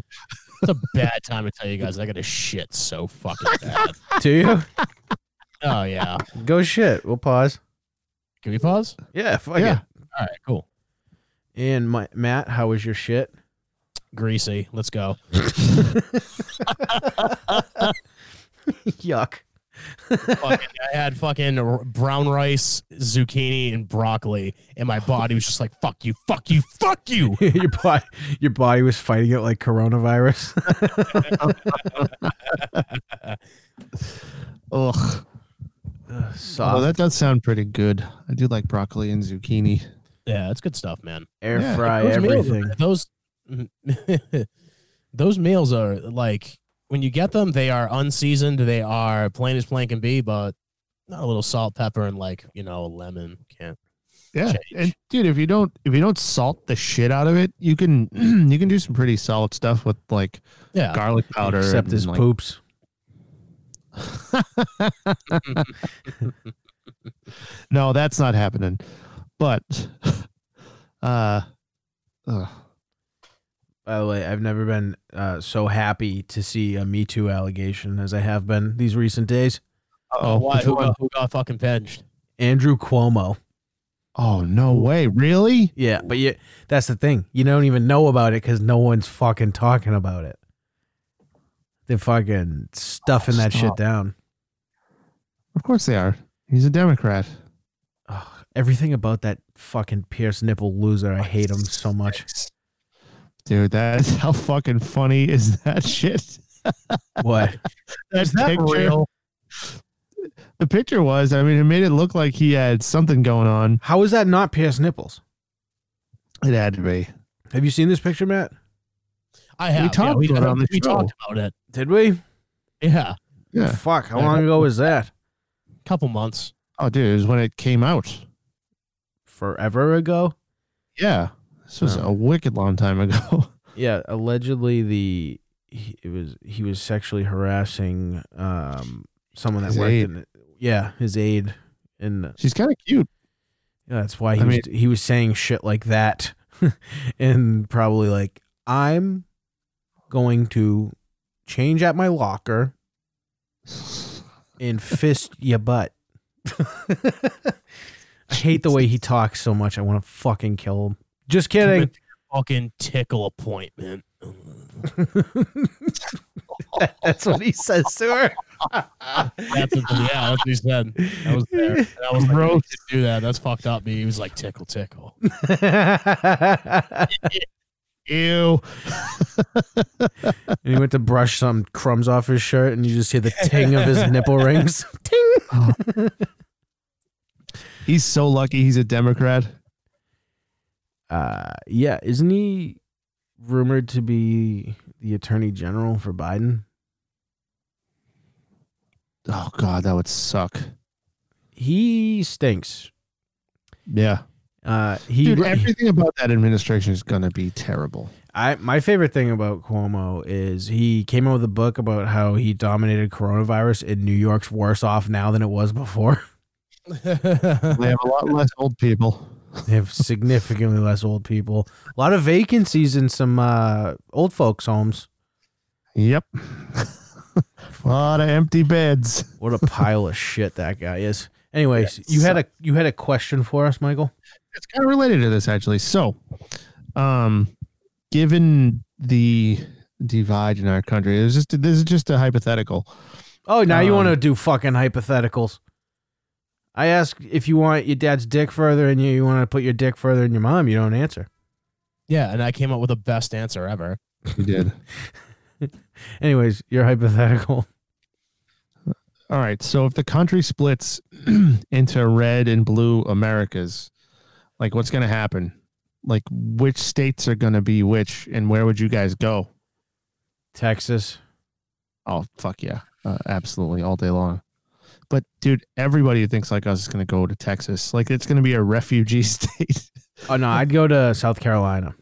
[SPEAKER 3] it's a bad time to tell you guys. I got a shit so fucking
[SPEAKER 2] [laughs]
[SPEAKER 3] bad.
[SPEAKER 1] do you
[SPEAKER 3] Oh yeah.
[SPEAKER 1] go shit? We'll pause.
[SPEAKER 3] Can we pause?
[SPEAKER 1] Yeah, fuck
[SPEAKER 2] Yeah.
[SPEAKER 1] yeah.
[SPEAKER 3] All right, cool.
[SPEAKER 1] And my, Matt, how was your shit? [laughs]
[SPEAKER 3] Greasy. Let's go.
[SPEAKER 1] Yuck.
[SPEAKER 3] Fucking- I had fucking r- brown rice, zucchini, and broccoli, and my body was just like, "Fuck you, fuck you, fuck you."
[SPEAKER 1] your body, your body was fighting it like coronavirus. [laughs]
[SPEAKER 2] Ugh.
[SPEAKER 1] Soft
[SPEAKER 2] Oh, that does sound pretty good. I do like broccoli and zucchini.
[SPEAKER 3] Yeah, it's good stuff, man.
[SPEAKER 1] air
[SPEAKER 2] yeah,
[SPEAKER 1] fry
[SPEAKER 3] Those meals-
[SPEAKER 1] everything.
[SPEAKER 3] [laughs] those [laughs] those meals are like when you get them, they are unseasoned. They are plain as plain can be, but not a little salt, pepper, and like you know, lemon. Can't.
[SPEAKER 2] Yeah,
[SPEAKER 3] Change.
[SPEAKER 2] and dude, if you don't if you don't salt the shit out of it, you can [clears throat] you can do some pretty solid stuff with like
[SPEAKER 3] Yeah.
[SPEAKER 2] garlic powder.
[SPEAKER 1] Except
[SPEAKER 2] and,
[SPEAKER 1] his
[SPEAKER 2] like-
[SPEAKER 1] poops.
[SPEAKER 2] No, that's not happening. But, [laughs] uh, ugh.
[SPEAKER 1] By the way, I've never been uh, so happy to see a Me Too allegation as I have been these recent days.
[SPEAKER 2] oh,
[SPEAKER 3] Why?
[SPEAKER 2] which
[SPEAKER 3] Who
[SPEAKER 2] one?
[SPEAKER 3] got, who got fucking pinched?
[SPEAKER 1] Andrew Cuomo.
[SPEAKER 2] oh no way, really?
[SPEAKER 1] Yeah, but you, that's the thing. You don't even know about it because no one's fucking talking about it. They're fucking stuffing that shit
[SPEAKER 2] Stop.
[SPEAKER 1] down.
[SPEAKER 2] Of course they are. He's a Democrat.
[SPEAKER 1] Ugh, everything about that fucking Pierce nipple loser, I hate him so much.
[SPEAKER 2] Dude, that's how fucking funny is that [laughs] shit?
[SPEAKER 1] What?
[SPEAKER 2] That picture- The picture was, I mean, it made it look like he had something going on.
[SPEAKER 1] How is that not Pierce nipples?
[SPEAKER 2] It had to be.
[SPEAKER 1] Have you seen this picture, Matt?
[SPEAKER 3] I have. yeah,
[SPEAKER 2] talked
[SPEAKER 3] we,
[SPEAKER 2] about it on the
[SPEAKER 3] we
[SPEAKER 2] show.
[SPEAKER 3] talked about it.
[SPEAKER 1] Did we?
[SPEAKER 3] Yeah,
[SPEAKER 2] Yeah.
[SPEAKER 1] Fuck, how
[SPEAKER 2] Yeah.
[SPEAKER 1] long ago was that?
[SPEAKER 3] couple months.
[SPEAKER 2] Oh, dude, it was when it came out.
[SPEAKER 1] Forever ago?
[SPEAKER 2] Yeah. This was
[SPEAKER 1] Oh.
[SPEAKER 2] a wicked long time ago. [laughs]
[SPEAKER 1] Yeah, allegedly the he, it was he was sexually harassing um someone that
[SPEAKER 2] His
[SPEAKER 1] worked
[SPEAKER 2] aide.
[SPEAKER 1] in it. Yeah, his aide and
[SPEAKER 2] She's kind of cute.
[SPEAKER 1] Yeah, that's why he
[SPEAKER 2] I
[SPEAKER 1] was he was saying shit like that, [laughs] and probably like I'm going to change out my locker and fist your butt. I hate the way he talks so much. I want to fucking kill him. Just kidding.
[SPEAKER 3] Fucking tickle appointment.
[SPEAKER 1] [laughs] that's what he says to her. [laughs]
[SPEAKER 3] That's what- yeah, that's what he said. That was there. And I was like, you should do that. That's fucked up. Me. He was like tickle, tickle. [laughs]
[SPEAKER 2] Ew.
[SPEAKER 1] and he went to brush some crumbs off his shirt, and you just hear the ting of his nipple rings. ting.
[SPEAKER 2] He's so lucky he's a Democrat.
[SPEAKER 1] uh yeah isn't he rumored to be the attorney general for biden
[SPEAKER 2] Oh, God, that would suck.
[SPEAKER 1] he stinks
[SPEAKER 2] Yeah.
[SPEAKER 1] uh he,
[SPEAKER 2] Dude, everything about that administration is going to be terrible.
[SPEAKER 1] I my favorite thing about Cuomo is he came out with a book about how he dominated coronavirus and New York's worse off now than it was before. [laughs]
[SPEAKER 2] They have a lot less old people.
[SPEAKER 1] they have significantly less old people. A lot of vacancies in some uh old folks homes.
[SPEAKER 2] Yep. a [laughs] lot of empty beds.
[SPEAKER 1] What a pile of shit that guy is. Anyways, you had a you had a question for us, Michael?
[SPEAKER 2] It's kind of related to this actually. So, um, given the divide in our country, it's just this is just a hypothetical.
[SPEAKER 1] Oh, now you want to
[SPEAKER 2] Um,
[SPEAKER 1] do fucking hypotheticals. I ask if you want your dad's dick further and you, you want to put your dick further in your mom, you don't answer.
[SPEAKER 3] yeah, and I came up with the best answer ever.
[SPEAKER 2] You did.
[SPEAKER 1] Anyways, you're hypothetical. [laughs]
[SPEAKER 2] All right. So if the country splits [clears throat] into red and blue Americas, like what's going to happen? Like which states are going to be which, and where would you guys go?
[SPEAKER 1] Texas.
[SPEAKER 2] Oh fuck yeah, uh, absolutely all day long. But dude, everybody who thinks like us is going to go to Texas. Like it's going to be a refugee [laughs] state.
[SPEAKER 1] Oh, no, I'd go to South Carolina.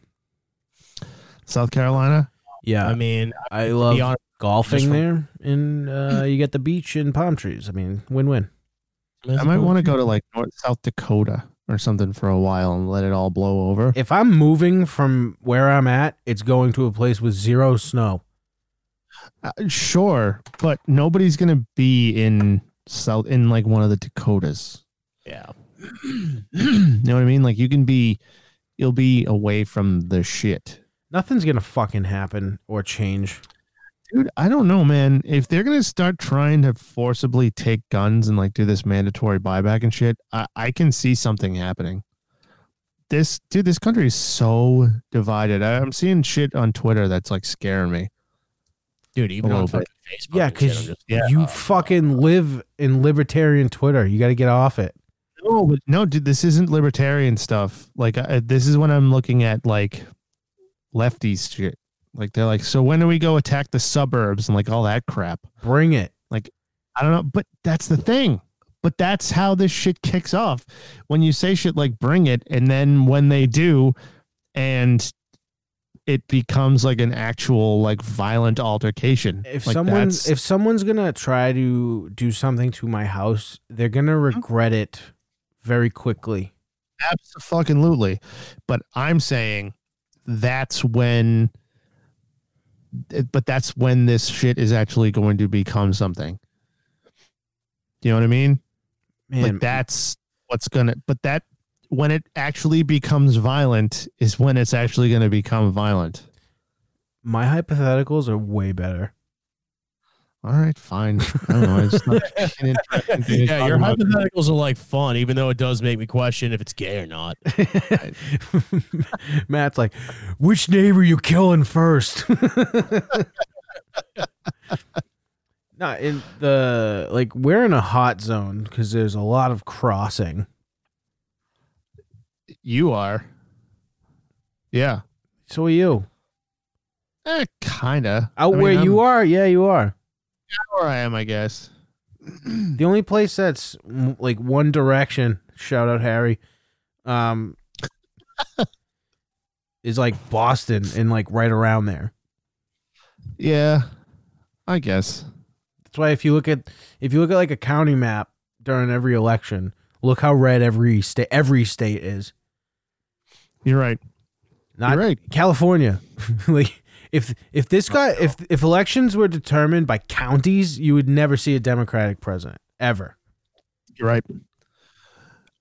[SPEAKER 2] South Carolina.
[SPEAKER 1] Yeah.
[SPEAKER 3] I mean,
[SPEAKER 1] I love
[SPEAKER 3] honest,
[SPEAKER 1] golfing
[SPEAKER 3] just for-
[SPEAKER 1] there, and uh, you get the beach and palm trees. I mean, win win.
[SPEAKER 2] I might want to go to like North South Dakota or something for a while and let it all blow over.
[SPEAKER 1] If I'm moving from where I'm at, it's going to a place with zero snow.
[SPEAKER 2] Uh, sure, but nobody's going to be in South in like one of the Dakotas.
[SPEAKER 3] Yeah.
[SPEAKER 2] you know what I mean? Like you can be, you'll be away from the shit.
[SPEAKER 1] Nothing's going to fucking happen or change.
[SPEAKER 2] Dude, I don't know, man. If they're gonna start trying to forcibly take guns and like do this mandatory buyback and shit, I, I can see something happening. This dude, this country is so divided. I, I'm seeing shit on Twitter that's like scaring me.
[SPEAKER 3] Dude, even
[SPEAKER 2] A
[SPEAKER 3] on
[SPEAKER 2] little
[SPEAKER 3] fucking
[SPEAKER 2] bit.
[SPEAKER 3] Facebook.
[SPEAKER 1] Yeah,
[SPEAKER 3] and shit, I'm
[SPEAKER 1] because
[SPEAKER 2] [laughs]
[SPEAKER 3] just-
[SPEAKER 1] you
[SPEAKER 3] Uh,
[SPEAKER 1] fucking live in libertarian Twitter. You got to get off it.
[SPEAKER 2] No, but no, dude, this isn't libertarian stuff. Like I, this is when I'm looking at like lefties shit. Like they're like, so when do we go attack the suburbs and like all that crap?
[SPEAKER 1] Bring it.
[SPEAKER 2] I don't know, but that's the thing. But that's how this shit kicks off. When you say shit like bring it, and then when they do, and it becomes like an actual like violent altercation.
[SPEAKER 1] If
[SPEAKER 2] like
[SPEAKER 1] someone
[SPEAKER 2] that's-
[SPEAKER 1] if someone's gonna try to do something to my house, they're gonna regret it very quickly.
[SPEAKER 2] Absolutely. But I'm saying that's when eh, but that's when this shit is actually going to become something. You know what I mean?
[SPEAKER 1] Man,
[SPEAKER 2] like that's what's gonna but that when it actually becomes violent is when it's actually gonna become violent.
[SPEAKER 1] my hypotheticals are way better.
[SPEAKER 2] All right, fine. I don't know.
[SPEAKER 1] [laughs]
[SPEAKER 2] It's not an interesting thing to
[SPEAKER 3] [laughs] Yeah,
[SPEAKER 2] talk
[SPEAKER 3] your
[SPEAKER 2] about.
[SPEAKER 3] hypotheticals are like fun, even though it does make me question if it's gay or not.
[SPEAKER 1] [laughs] Matt's like, which neighbor you killing first? [laughs] Nah, in the like we're in a hot zone because there's a lot of crossing.
[SPEAKER 2] You are. Yeah.
[SPEAKER 1] So are you
[SPEAKER 2] Eh, kinda.
[SPEAKER 1] out
[SPEAKER 2] I
[SPEAKER 1] where
[SPEAKER 2] mean,
[SPEAKER 1] you
[SPEAKER 2] I'm-
[SPEAKER 1] are? Yeah, you are.
[SPEAKER 2] Where I am, I guess.
[SPEAKER 1] The only place that's mm, like one direction, shout out Harry, um, [laughs] is like Boston and like right around there.
[SPEAKER 2] Yeah. I guess.
[SPEAKER 1] That's why if you look at if you look at like a county map during every election, look how red every state every state is.
[SPEAKER 2] You're right.
[SPEAKER 1] Not
[SPEAKER 2] You're right.
[SPEAKER 1] California. [laughs] like if if this guy if if elections were determined by counties, you would never see a Democratic president ever.
[SPEAKER 2] You're right.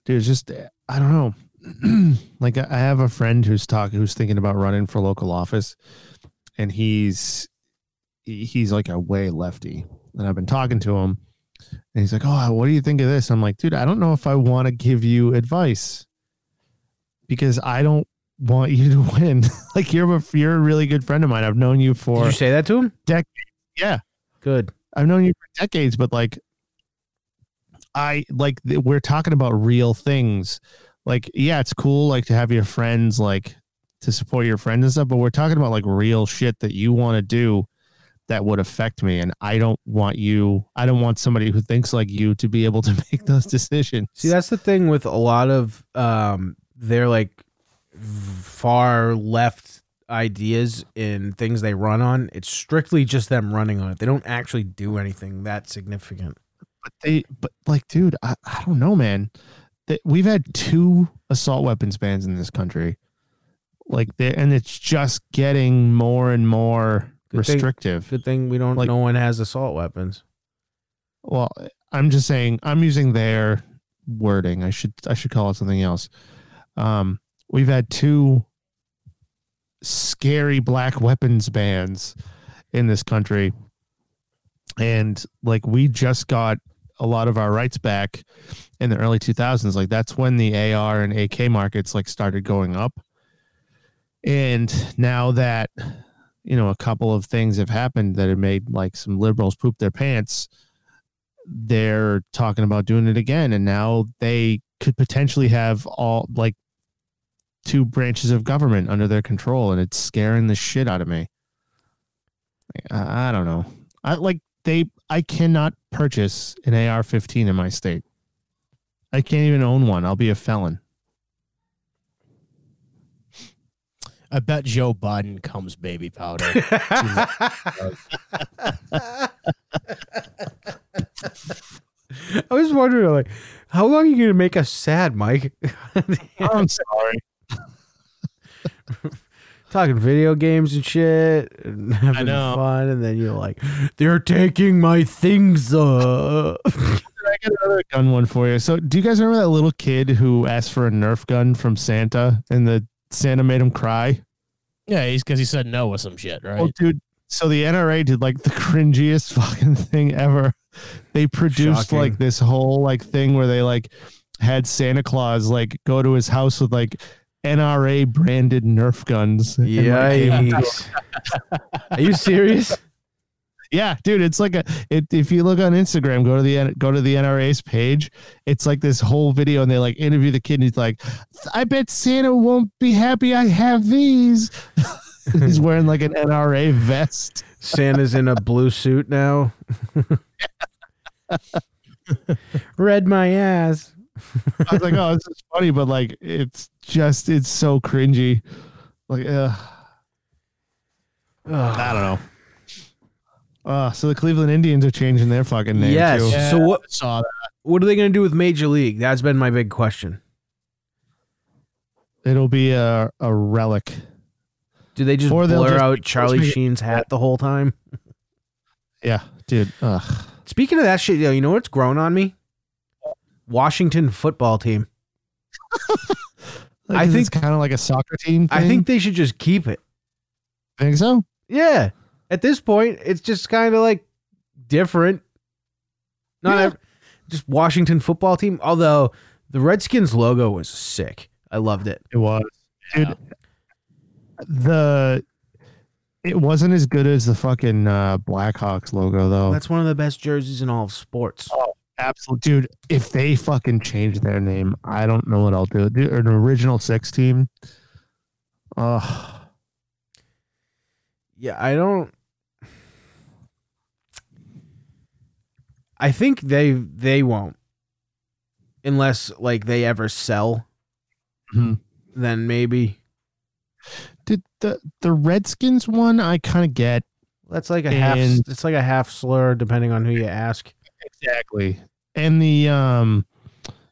[SPEAKER 2] Dude, it's just I don't know. [clears throat] like I I have a friend who's talking who's thinking about running for local office and he's he- he's like a way lefty. And I've been talking to him and he's like, "Oh, what do you think of this?" I'm like, "Dude, I don't know if I want to give you advice because I don't want you to [laughs] win. like you're a you're a really good friend of mine. I've known you
[SPEAKER 1] Did
[SPEAKER 2] for
[SPEAKER 1] you say that to him?
[SPEAKER 2] yeah,
[SPEAKER 1] Good.
[SPEAKER 2] I've known you for decades, but like, I like th- we're talking about real things. Like, yeah, it's cool like to have your friends like to support your friends and stuff, but we're talking about like real shit that you want to do that would affect me, and I don't want you. I don't want somebody who thinks like you to be able to [laughs] make those decisions.
[SPEAKER 1] See, that's the thing with a lot of um, their like v- far left ideas and things they run on. It's strictly just them running on it. They don't actually do anything that significant.
[SPEAKER 2] but they, but like, dude, I, I don't know, man. That we've had two assault weapons bans in this country, like, they and it's just getting more and more
[SPEAKER 1] Good thing-
[SPEAKER 2] restrictive.
[SPEAKER 1] Good thing we don't.
[SPEAKER 2] Like-
[SPEAKER 1] no one has assault
[SPEAKER 2] [laughs]
[SPEAKER 1] weapons.
[SPEAKER 2] Well, I'm just saying I'm using their wording. I should I should call it something else. Um, we've had two scary black weapons bans in this country, and like we just got a lot of our rights back in the early 2000s. Like that's when the AR and AK markets like started going up, and now that you know a couple of things have happened that have made like some liberals poop their pants they're talking about doing it again and now they could potentially have all like two branches of government under their control and it's scaring the shit out of me i, I don't know i like they i cannot purchase an ar-15 in my state i can't even own one i'll be a felon
[SPEAKER 3] I bet Joe Biden comes baby powder.
[SPEAKER 2] [laughs]
[SPEAKER 1] I was wondering, like, how long are you gonna make us sad, Mike? [laughs]
[SPEAKER 2] i'm sorry
[SPEAKER 1] Talking video games and shit, and [laughs] having
[SPEAKER 3] know.
[SPEAKER 1] fun, and then you're like, "They're taking my things." [laughs] Uh,
[SPEAKER 2] i got another gun one for you so do you guys remember that little kid who asked for a nerf gun from santa and the santa made him cry
[SPEAKER 3] yeah, he's because he said no or some shit, right?
[SPEAKER 2] Well, dude, so the NRA did like the [laughs] cringiest fucking thing ever. They produced
[SPEAKER 1] Shocking.
[SPEAKER 2] like this whole like thing where they like had Santa Claus like go to his house with like NRA branded Nerf guns. and, like,
[SPEAKER 1] yikes! Are you serious?
[SPEAKER 2] yeah, dude, it's like a it, if you look on Instagram, go to the N- go to the NRA's page. It's like this whole video, and they like interview the kid, and he's like, "I bet Santa won't be happy I have these." [laughs] he's wearing like an NRA vest.
[SPEAKER 1] Santa's in a blue suit now. [laughs] Red my ass.
[SPEAKER 2] I was like, oh, this is funny, but like, it's just, it's so cringy. Like, uh,
[SPEAKER 1] Ugh.
[SPEAKER 2] I don't know. Uh, so the Cleveland Indians are changing their fucking name.
[SPEAKER 1] Yes.
[SPEAKER 2] Too.
[SPEAKER 1] So what-
[SPEAKER 3] I saw that.
[SPEAKER 1] What are they gonna do with Major League? That's been my big question.
[SPEAKER 2] It'll be a, a relic.
[SPEAKER 1] Do they just
[SPEAKER 2] Or they'll
[SPEAKER 1] blur
[SPEAKER 2] just
[SPEAKER 1] out Charlie
[SPEAKER 2] make it-
[SPEAKER 1] Sheen's hat the whole time?
[SPEAKER 2] Yeah, dude. Ugh.
[SPEAKER 1] Speaking of that shit, yo, you know what's grown on me? Washington football team. I
[SPEAKER 2] Like, is
[SPEAKER 1] think-
[SPEAKER 2] it's kind of like a soccer team.
[SPEAKER 1] I
[SPEAKER 2] thing?
[SPEAKER 1] think they should just keep it.
[SPEAKER 2] think so.
[SPEAKER 1] Yeah. At this point, it's just kind of like different. Not
[SPEAKER 3] Yeah.
[SPEAKER 1] ev- just Washington football team. Although the Redskins logo was sick. I loved it.
[SPEAKER 2] It was. Dude,
[SPEAKER 3] Yeah.
[SPEAKER 2] the it wasn't as good as the fucking uh, Blackhawks logo though.
[SPEAKER 1] That's one of the best jerseys in all of sports.
[SPEAKER 2] absolute dude. If they fucking change their name, I don't know what I'll do. Dude, an original six team. Ugh.
[SPEAKER 1] Yeah, I don't. I think they they won't, unless like they ever sell.
[SPEAKER 2] Mhm.
[SPEAKER 1] Then maybe
[SPEAKER 2] Did the the Redskins one? I kind of get
[SPEAKER 1] that's like a half.
[SPEAKER 2] And-
[SPEAKER 1] It's like a half slur, depending on who you ask.
[SPEAKER 2] exactly. And the um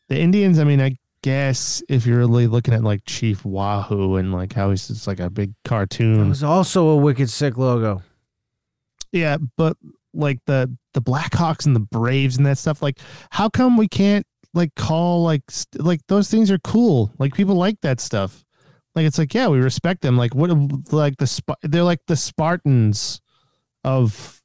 [SPEAKER 2] the Indians. I mean, I guess if you're really looking at like Chief Wahoo and like how he's just like a big
[SPEAKER 1] It
[SPEAKER 2] cartoon.
[SPEAKER 1] was also a wicked sick logo.
[SPEAKER 2] Yeah, but like the the Blackhawks and the Braves and that stuff. Like, how come we can't like call like st- like those things are cool. Like people like that stuff. Like it's like yeah, we respect them. Like what like the Sp- they're like the Spartans of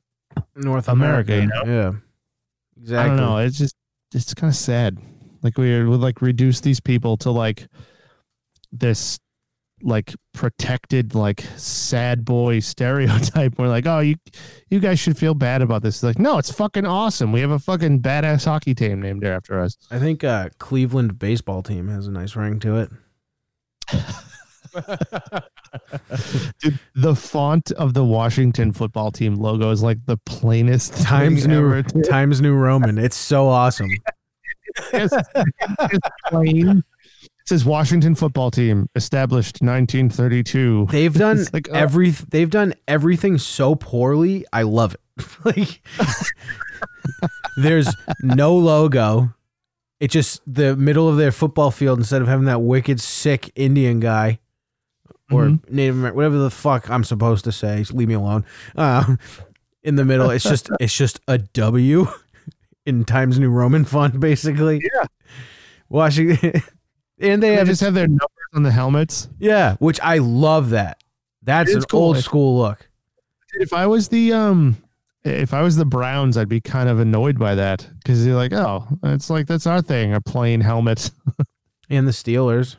[SPEAKER 1] North America.
[SPEAKER 2] America,
[SPEAKER 1] Yeah,
[SPEAKER 2] I
[SPEAKER 1] exactly.
[SPEAKER 2] don't know. It's just it's kind of sad. Like we would like reduce these people to like this like protected like sad boy [laughs] stereotype. We're like, oh, you you guys should feel bad about this. It's like, no, it's fucking awesome. We have a fucking badass hockey team named after us.
[SPEAKER 1] I think uh, Cleveland baseball team has a nice ring to it.
[SPEAKER 2] Dude, the font of the Washington football team logo is like the plainest
[SPEAKER 1] [laughs]
[SPEAKER 2] thing
[SPEAKER 1] Times New
[SPEAKER 2] ever.
[SPEAKER 1] [laughs] Times New Roman. It's so awesome.
[SPEAKER 2] It's- it's plain. It says Washington football team established 1932.
[SPEAKER 1] They've done
[SPEAKER 2] It's like, oh.
[SPEAKER 1] every. They've done everything so poorly. I love it. [laughs] like there's no logo. It just the middle of their football field. Instead of having that wicked sick Indian guy or
[SPEAKER 2] Mm-hmm.
[SPEAKER 1] Native American, whatever the fuck I'm supposed to say, just leave me alone. Uh, in the middle, it's just it's just a W [laughs] in Times New Roman font, basically. Yeah. Washington, [laughs] and they
[SPEAKER 2] They
[SPEAKER 1] have
[SPEAKER 2] just have their numbers on the helmets.
[SPEAKER 1] Yeah, which I love that. That's
[SPEAKER 2] It
[SPEAKER 1] an
[SPEAKER 2] is cool.
[SPEAKER 1] old
[SPEAKER 2] It's-
[SPEAKER 1] school look.
[SPEAKER 2] If I was the um, if I was the Browns, I'd be kind of annoyed by that because you're like, oh, it's like that's our thing, our plain helmets.
[SPEAKER 1] And the Steelers,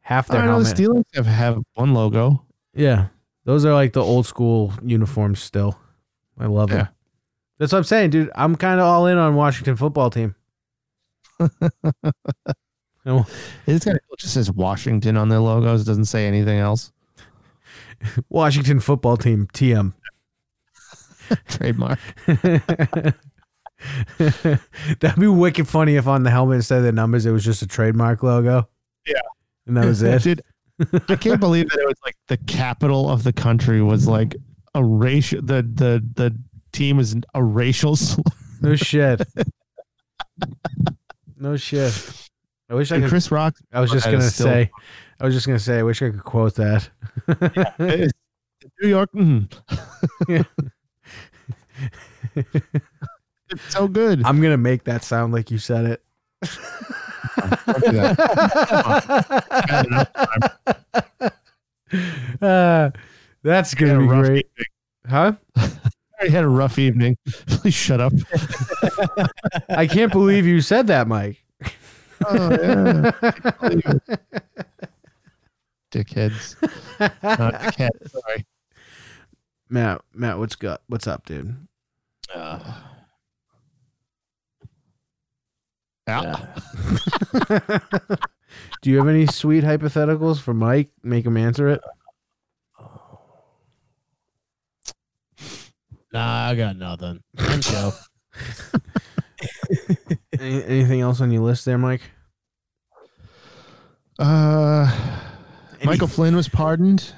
[SPEAKER 1] half
[SPEAKER 2] I
[SPEAKER 1] their
[SPEAKER 2] know the
[SPEAKER 1] helmet.
[SPEAKER 2] Steelers have, have one logo.
[SPEAKER 1] yeah, those are like the old school uniforms still. I love it.
[SPEAKER 2] Yeah.
[SPEAKER 1] That's what I'm saying, dude. I'm kind of all in on Washington football team. no,
[SPEAKER 2] It's kind of cool. It just says Washington on their logos. It doesn't say anything else. [laughs]
[SPEAKER 1] Washington football team [laughs] TM.
[SPEAKER 2] Trademark.
[SPEAKER 1] That'd be wicked funny if on the helmet instead of the numbers it was just a trademark logo.
[SPEAKER 2] Yeah.
[SPEAKER 1] and that was
[SPEAKER 2] [laughs]
[SPEAKER 1] it.
[SPEAKER 2] Dude, I can't believe that it was like the capital of the country was like a racial. The the the team is a racial. Sl-
[SPEAKER 1] No shit. no shit. I wish I could.
[SPEAKER 2] Chris Rock
[SPEAKER 1] I was just
[SPEAKER 2] that
[SPEAKER 1] gonna
[SPEAKER 2] is still-
[SPEAKER 1] say. I was just gonna say. I wish I could quote that. [laughs]
[SPEAKER 2] New York. mm.
[SPEAKER 1] Yeah.
[SPEAKER 2] it's so good.
[SPEAKER 1] I'm gonna make that sound like you said [laughs] it.
[SPEAKER 2] Don't do [laughs] that. Got enough time.
[SPEAKER 1] Uh, that's
[SPEAKER 2] Had
[SPEAKER 1] gonna
[SPEAKER 2] a
[SPEAKER 1] be
[SPEAKER 2] rough
[SPEAKER 1] great,
[SPEAKER 2] evening.
[SPEAKER 1] huh?
[SPEAKER 2] I already had a rough evening. [laughs] Please shut up.
[SPEAKER 1] I can't believe you said that, Mike.
[SPEAKER 2] Oh, [laughs] Dickheads. Not dickheads. Sorry.
[SPEAKER 1] [laughs] Matt, Matt, what's up? What's up, dude?
[SPEAKER 2] Yeah.
[SPEAKER 1] [laughs] Do you have any sweet hypotheticals for Mike? Make him answer it.
[SPEAKER 3] Nah, I got nothing. I'm chill.
[SPEAKER 2] [laughs]
[SPEAKER 1] Any, anything else on your list there, Mike?
[SPEAKER 2] Uh, Michael Flynn was pardoned.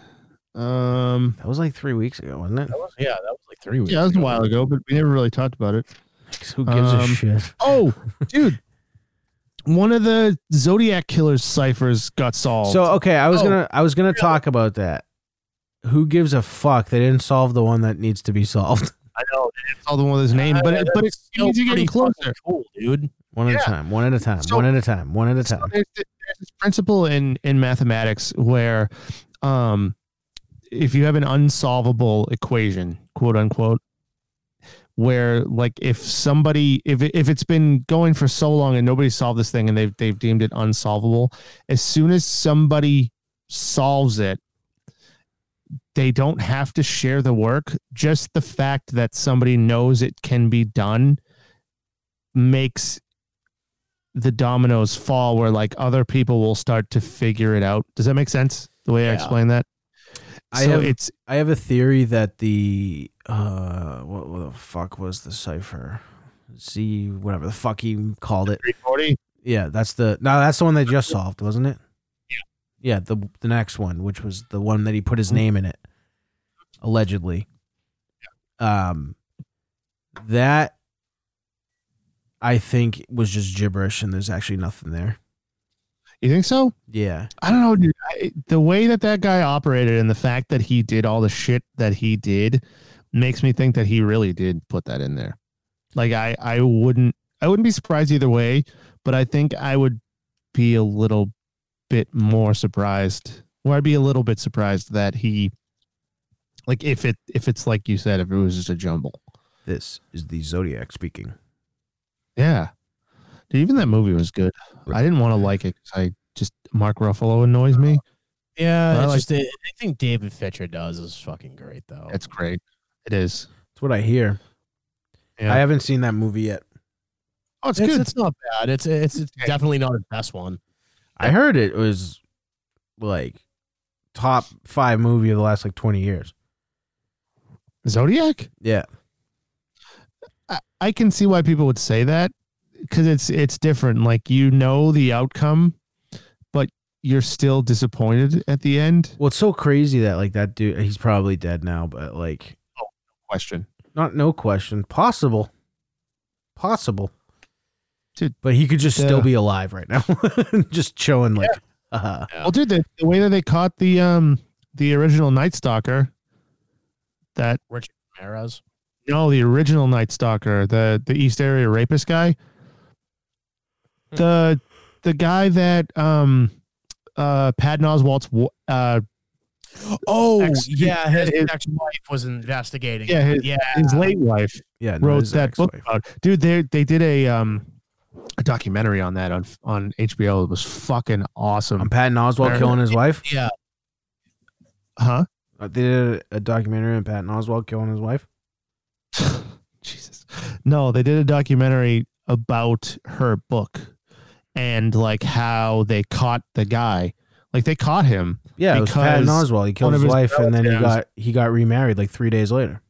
[SPEAKER 2] Um,
[SPEAKER 1] That was like three weeks ago, wasn't it?
[SPEAKER 3] yeah, that was like three weeks.
[SPEAKER 2] yeah, that was a while ago, but we never really talked about it.
[SPEAKER 1] Who gives a
[SPEAKER 2] Um,
[SPEAKER 1] shit?
[SPEAKER 2] Oh, dude. One of the Zodiac Killer's ciphers got solved.
[SPEAKER 1] So okay, I was
[SPEAKER 3] Oh,
[SPEAKER 1] gonna I was gonna talk about that. Who gives a fuck? They didn't solve the one that needs to be solved. [laughs]
[SPEAKER 2] I know it's all the one with his name, but it, but it
[SPEAKER 3] still
[SPEAKER 2] seems to
[SPEAKER 3] pretty
[SPEAKER 2] getting closer.
[SPEAKER 3] fucking Cool, dude.
[SPEAKER 1] One at a
[SPEAKER 2] Yeah.
[SPEAKER 1] time. One at a time.
[SPEAKER 2] So-
[SPEAKER 1] one at a time. One at a
[SPEAKER 2] So
[SPEAKER 1] time.
[SPEAKER 2] there's, th- there's this principle in in mathematics where, um, if you have an unsolvable equation, quote unquote, where like if somebody if it- if it's been going for so long and nobody solved this thing and they've they've deemed it unsolvable, as soon as somebody solves it, they don't have to share the work. Just the fact that somebody knows it can be done makes the dominoes fall where like other people will start to figure it out. Does that make sense? The way I
[SPEAKER 1] Yeah.
[SPEAKER 2] explain that?
[SPEAKER 1] I
[SPEAKER 2] so
[SPEAKER 1] have-
[SPEAKER 2] it's
[SPEAKER 1] I have a theory that the uh what, what the fuck was the cipher? Z whatever the fuck he called it.
[SPEAKER 2] 340.
[SPEAKER 1] Yeah, that's the no, that's the one they just solved, wasn't it? Yeah. Yeah, the the next one, which was the one that he put his name in it, allegedly. Um, that I think was just gibberish, and there's actually nothing there.
[SPEAKER 2] You think so?
[SPEAKER 1] Yeah,
[SPEAKER 2] I don't know, dude. I, the way that that guy operated and the fact that he did all the shit that he did makes me think that he really did put that in there. Like I, I wouldn't, I wouldn't be surprised either way, but I think I would be a little bit more surprised, or I'd be a little bit surprised that he, like, if it, if it's like you said, if it was just a jumble.
[SPEAKER 1] this is the Zodiac speaking.
[SPEAKER 2] Yeah, dude. Even that movie was good. I didn't want to like it. 'cause I just Mark Ruffalo annoys me.
[SPEAKER 3] Yeah,
[SPEAKER 2] I
[SPEAKER 3] it's
[SPEAKER 2] like-
[SPEAKER 3] just I think David Fitcher does is fucking great though.
[SPEAKER 2] That's great. It is.
[SPEAKER 1] That's what I hear.
[SPEAKER 2] Yeah.
[SPEAKER 1] I haven't seen that movie yet.
[SPEAKER 2] Oh, it's,
[SPEAKER 3] it's,
[SPEAKER 2] good.
[SPEAKER 3] it's not bad. It's it's, it's definitely not the best one.
[SPEAKER 1] I heard it was like top five movie of the last like twenty years.
[SPEAKER 2] Zodiac.
[SPEAKER 1] Yeah,
[SPEAKER 2] I, I can see why people would say that because it's it's different. Like you know the outcome, but you're still disappointed at the end.
[SPEAKER 1] well, it's so crazy that like that dude, he's probably dead now, but like
[SPEAKER 2] Question.
[SPEAKER 1] Not no question. Possible. Possible.
[SPEAKER 2] Dude,
[SPEAKER 1] but he could just still
[SPEAKER 2] yeah.
[SPEAKER 1] be alive right now. [laughs] just chilling like uh,
[SPEAKER 2] Well, dude, the, the way that they caught the um the original Night Stalker, that
[SPEAKER 3] Ramirez.
[SPEAKER 2] no, the original Night Stalker, the the East Area Rapist guy, the the guy that um uh Patton Oswalt's wa- uh
[SPEAKER 3] Oh
[SPEAKER 2] Ex-
[SPEAKER 3] yeah, his,
[SPEAKER 2] his-
[SPEAKER 3] ex-wife was investigating.
[SPEAKER 2] Yeah,
[SPEAKER 3] Yeah,
[SPEAKER 2] his-
[SPEAKER 3] yeah.
[SPEAKER 2] his late wife
[SPEAKER 1] yeah, no,
[SPEAKER 2] wrote
[SPEAKER 1] his
[SPEAKER 2] that book
[SPEAKER 1] ex-wife.
[SPEAKER 2] about. Dude, they they did a um a documentary on that on on HBO. It was fucking
[SPEAKER 1] On
[SPEAKER 2] awesome.
[SPEAKER 1] Um, Patton Oswald
[SPEAKER 2] Fair
[SPEAKER 1] killing his wife.
[SPEAKER 3] yeah.
[SPEAKER 2] Huh?
[SPEAKER 1] Uh, They did a documentary on Patton Oswald killing his wife.
[SPEAKER 2] Jesus. No, they did a documentary about her book and like how they caught the guy. Like they caught him.
[SPEAKER 1] Yeah, it was Patton
[SPEAKER 2] Because
[SPEAKER 1] Oswald. He killed
[SPEAKER 2] one of
[SPEAKER 1] his
[SPEAKER 2] his
[SPEAKER 1] wife and then he
[SPEAKER 2] relatives-
[SPEAKER 1] got he got remarried like three days later.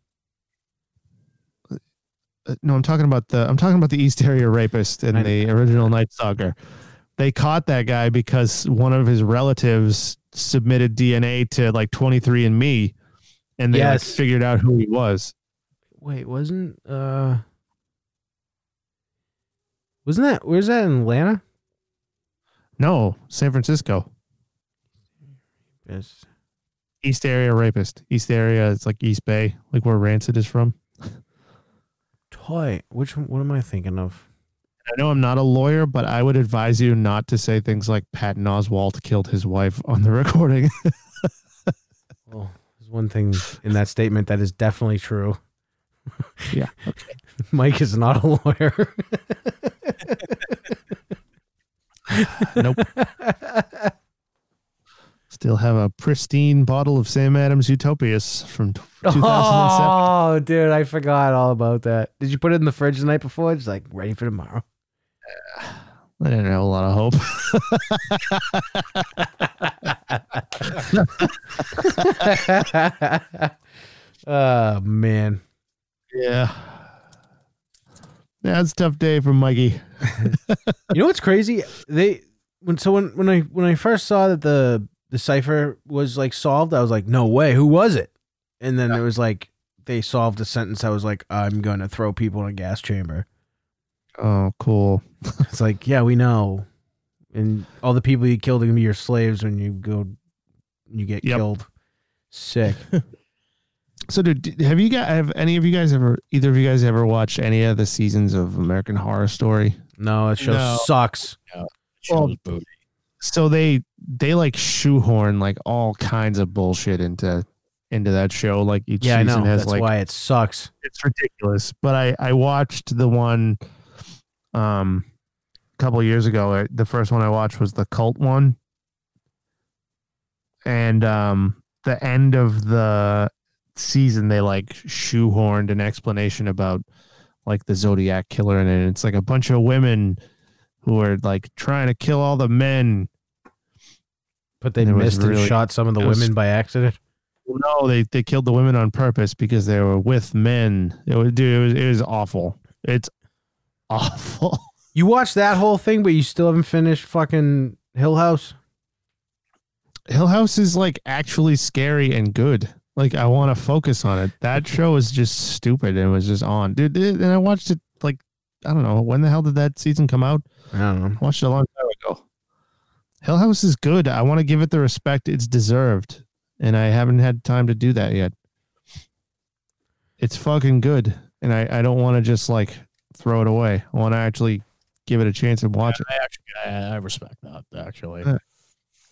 [SPEAKER 2] Uh, No, I'm talking about the I'm talking about the East Area rapist
[SPEAKER 1] I
[SPEAKER 2] and
[SPEAKER 1] know.
[SPEAKER 2] the original Night Stalker. They caught that guy because one of his relatives submitted DNA to like 23andMe, and they like,
[SPEAKER 1] Yes.
[SPEAKER 2] figured out who he was.
[SPEAKER 1] Wait, wasn't uh wasn't that where's that in Atlanta?
[SPEAKER 2] No, San Francisco.
[SPEAKER 1] Yes.
[SPEAKER 2] East area rapist. East area, it's like East Bay, like where Rancid is from.
[SPEAKER 1] Toy. Which one what am I thinking of?
[SPEAKER 2] I know I'm not a lawyer, but I would advise you not to say things like Patton Oswalt killed his wife on the [laughs] recording.
[SPEAKER 1] Well, there's one [sighs] thing in that statement that is definitely [laughs] true.
[SPEAKER 2] Yeah,
[SPEAKER 1] [laughs] Mike is not a lawyer. [laughs]
[SPEAKER 2] nope. Still have a pristine bottle of Sam Adams Utopias from t- 2007.
[SPEAKER 1] Oh, dude, I forgot all about that. Did you put it in the fridge the night before? It's like ready for tomorrow. [laughs]
[SPEAKER 2] I didn't have a lot of hope. [laughs]
[SPEAKER 1] oh man.
[SPEAKER 2] Yeah. That's a tough day for Mikey.
[SPEAKER 1] You know what's crazy? They when so when when I when I first saw that the the cipher was like solved, I was like, no way, who was it? And then it was like they solved a sentence. I was like, I'm gonna throw people in a gas chamber.
[SPEAKER 2] Oh, cool.
[SPEAKER 1] It's like, yeah, we know, and all the people you killed are gonna be your slaves when you go, you get
[SPEAKER 2] Yep.
[SPEAKER 1] killed. Sick.
[SPEAKER 2] So, dude, d- have you guys? Have any of you guys ever? Either of you guys ever watched any of the seasons of American Horror Story?
[SPEAKER 1] No, that show
[SPEAKER 3] No.
[SPEAKER 1] sucks.
[SPEAKER 3] Well,
[SPEAKER 2] Oh. So they they like shoehorn like all kinds of bullshit into into that show. Like each
[SPEAKER 1] Yeah, I
[SPEAKER 2] season
[SPEAKER 1] know.
[SPEAKER 2] has
[SPEAKER 1] That's
[SPEAKER 2] like
[SPEAKER 1] why it sucks.
[SPEAKER 2] it's ridiculous. But I I watched the one um a couple years ago. I- The first one I watched was the cult one. And um the end of the season they like shoehorned an explanation about like the Zodiac killer in it. It's like a bunch of women who are like trying to kill all the men.
[SPEAKER 1] But they
[SPEAKER 2] It was
[SPEAKER 1] missed and
[SPEAKER 2] really-
[SPEAKER 1] shot some of the
[SPEAKER 2] it was-
[SPEAKER 1] women by accident.
[SPEAKER 2] Well, no, they they killed the women on purpose because they were with men. It was dude, it was, it was awful. It's [laughs] awful.
[SPEAKER 1] You watched that whole thing, but you still haven't finished fucking Hill House.
[SPEAKER 2] Hill House is like actually scary and good. Like I want to focus on it. That show is just stupid and was just on, dude. it- And I watched it like I don't know when the hell did that season come out?
[SPEAKER 1] I don't know.
[SPEAKER 2] I watched it a long time ago. Hill House is good. I want to give it the respect it's deserved, and I haven't had time to do that yet. It's fucking good, and I I don't want to just like throw it away. I want to actually give it a chance and watch it.
[SPEAKER 3] I actually, I, I respect that. Actually,
[SPEAKER 2] Yeah.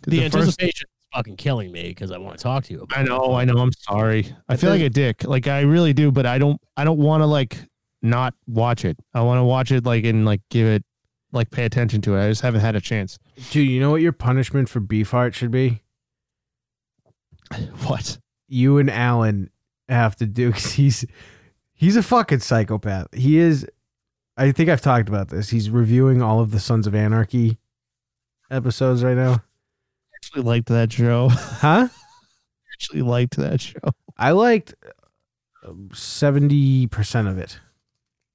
[SPEAKER 3] the,
[SPEAKER 2] 'Cause first-
[SPEAKER 3] anticipation is fucking killing me because I want to talk to you. About
[SPEAKER 2] I know, I know. I'm sorry. I
[SPEAKER 1] It
[SPEAKER 2] feel like
[SPEAKER 1] does-
[SPEAKER 2] a dick. Like I really do, but I don't. I don't want to like not watch it. I want to watch it like and like give it like pay attention to it. I just haven't had a chance.
[SPEAKER 1] Dude, you know what your punishment for Beefheart should be?
[SPEAKER 2] What?
[SPEAKER 1] You and Alan have to do [laughs] because he's he's a fucking psychopath. He is. I think I've talked about this. He's reviewing all of the Sons of Anarchy episodes right now.
[SPEAKER 2] Actually liked that show. [laughs]
[SPEAKER 1] Huh?
[SPEAKER 2] Actually liked that show.
[SPEAKER 1] I liked uh, seventy percent of it.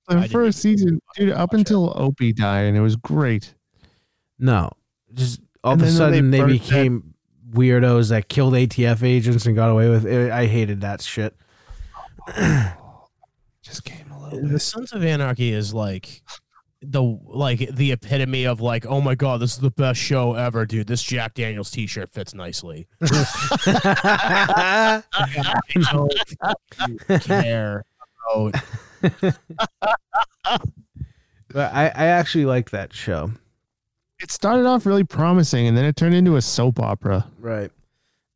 [SPEAKER 2] The
[SPEAKER 3] didn't
[SPEAKER 2] first
[SPEAKER 3] even
[SPEAKER 2] season, dude, up
[SPEAKER 3] watch it.
[SPEAKER 2] until Opie died, and it was great.
[SPEAKER 1] No, just all
[SPEAKER 2] And
[SPEAKER 1] of a
[SPEAKER 2] then when they
[SPEAKER 1] sudden they,
[SPEAKER 2] burnt that-
[SPEAKER 1] became weirdos that killed ATF agents and got away with it. I hated that shit.
[SPEAKER 2] Just came a
[SPEAKER 3] it. The Sons of Anarchy is like the like the epitome of like, oh my god, this is the best show ever, dude. This Jack Daniels T-shirt fits
[SPEAKER 2] [laughs]
[SPEAKER 3] nicely. [laughs] I don't
[SPEAKER 2] [laughs]
[SPEAKER 3] fucking care about
[SPEAKER 1] But I, I actually like that show.
[SPEAKER 2] It started off really promising, and then it turned into a soap opera.
[SPEAKER 1] Right.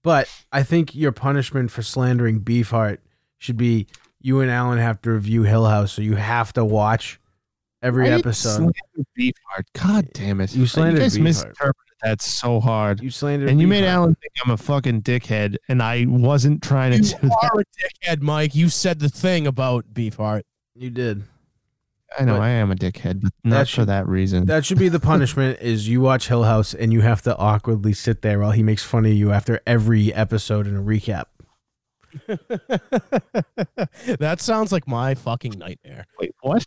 [SPEAKER 1] But I think your punishment for slandering Beefheart should be you and Alan have to review Hill House, so you have to watch every
[SPEAKER 2] I didn't
[SPEAKER 1] episode.
[SPEAKER 2] slander Beefheart. God damn it!
[SPEAKER 1] You slandered
[SPEAKER 2] guys
[SPEAKER 1] Beefheart.
[SPEAKER 2] misinterpreted that so hard.
[SPEAKER 1] you slandered
[SPEAKER 2] and you made
[SPEAKER 1] Beefheart.
[SPEAKER 2] Alan think I'm a fucking dickhead, and I wasn't trying to do
[SPEAKER 3] You
[SPEAKER 2] that.
[SPEAKER 3] are a dickhead, Mike. You said the thing about Beefheart.
[SPEAKER 1] You did.
[SPEAKER 2] I know
[SPEAKER 1] but-
[SPEAKER 2] I am a dickhead, but not
[SPEAKER 1] That
[SPEAKER 2] for
[SPEAKER 1] should-
[SPEAKER 2] that reason.
[SPEAKER 1] That should be the punishment is you watch Hill House and you have to awkwardly sit there while he makes fun of you after every episode in a recap.
[SPEAKER 3] [laughs] that sounds like my fucking nightmare.
[SPEAKER 2] Wait, what?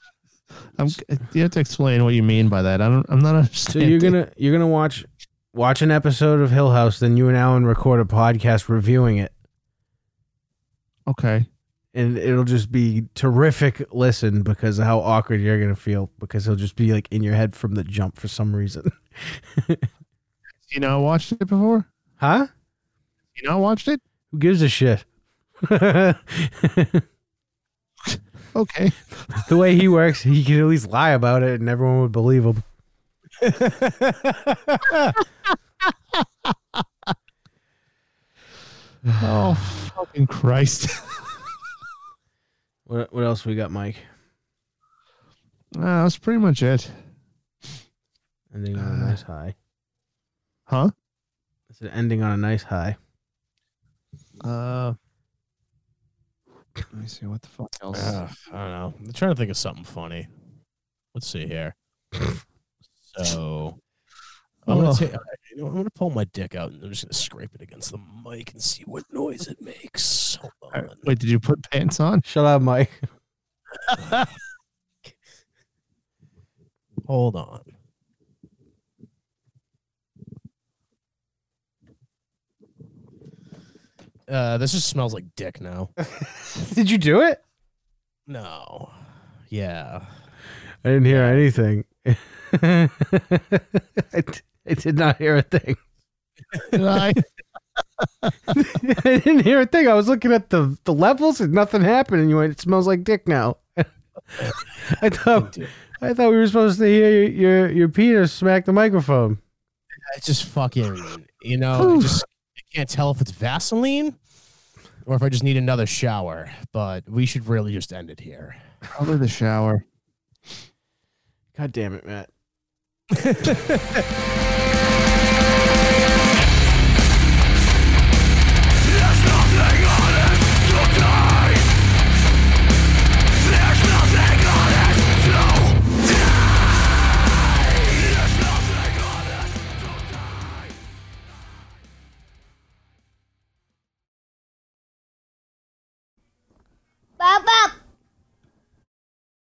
[SPEAKER 2] I'm, you have to explain what you mean by that. I don't. I'm not
[SPEAKER 1] So
[SPEAKER 2] understanding.
[SPEAKER 1] you're gonna you're gonna watch watch an episode of Hill House, then you and Alan record a podcast reviewing it.
[SPEAKER 2] okay.
[SPEAKER 1] and it'll just be terrific listen because of how awkward you're gonna feel because he'll just be like in your head from the jump for some reason. [laughs]
[SPEAKER 2] You know, I watched it before.
[SPEAKER 1] Huh?
[SPEAKER 2] You know, I watched it.
[SPEAKER 1] Who gives a shit? [laughs] the
[SPEAKER 2] Okay.
[SPEAKER 1] way he works, he could at least lie about it and everyone would believe [laughs] him. [sighs]
[SPEAKER 2] Oh fucking Christ! [laughs]
[SPEAKER 1] What what else we got, Mike?
[SPEAKER 2] Uh, that's pretty much it,
[SPEAKER 1] Ending on a
[SPEAKER 2] Uh,
[SPEAKER 1] nice high.
[SPEAKER 2] huh?
[SPEAKER 1] It's an ending on a nice high.
[SPEAKER 2] Uh, let me see what the fuck else.
[SPEAKER 3] Ugh, I don't know. I'm trying to think of something funny. Let's see here. so I'm gonna,
[SPEAKER 2] Oh.
[SPEAKER 3] take, you know, I'm gonna pull my dick out and I'm just gonna scrape it against the mic and see what noise it makes. Hold
[SPEAKER 2] All right,
[SPEAKER 3] on.
[SPEAKER 2] Wait, did you put pants on?
[SPEAKER 1] Shut up, Mike.
[SPEAKER 3] Hold on. Uh, this just smells like
[SPEAKER 2] [laughs]
[SPEAKER 3] dick now.
[SPEAKER 1] [laughs] Did you do it?
[SPEAKER 3] No. Yeah.
[SPEAKER 1] I didn't hear anything. [laughs] I d- I did not hear a thing. [laughs]
[SPEAKER 2] Did I?
[SPEAKER 1] I didn't hear a thing. I was looking at the the levels and nothing happened. And you went, "It smells like dick now." [laughs] I thought I thought we were supposed to hear your your, your penis smack the microphone.
[SPEAKER 3] I just fucking, you know, I
[SPEAKER 1] Oh,
[SPEAKER 2] [sighs] Whew.
[SPEAKER 3] just I can't tell if it's Vaseline or if I just need another shower. But we should really just end it here.
[SPEAKER 2] [laughs] Probably the shower.
[SPEAKER 1] God damn it, Matt.
[SPEAKER 5] Bye bye.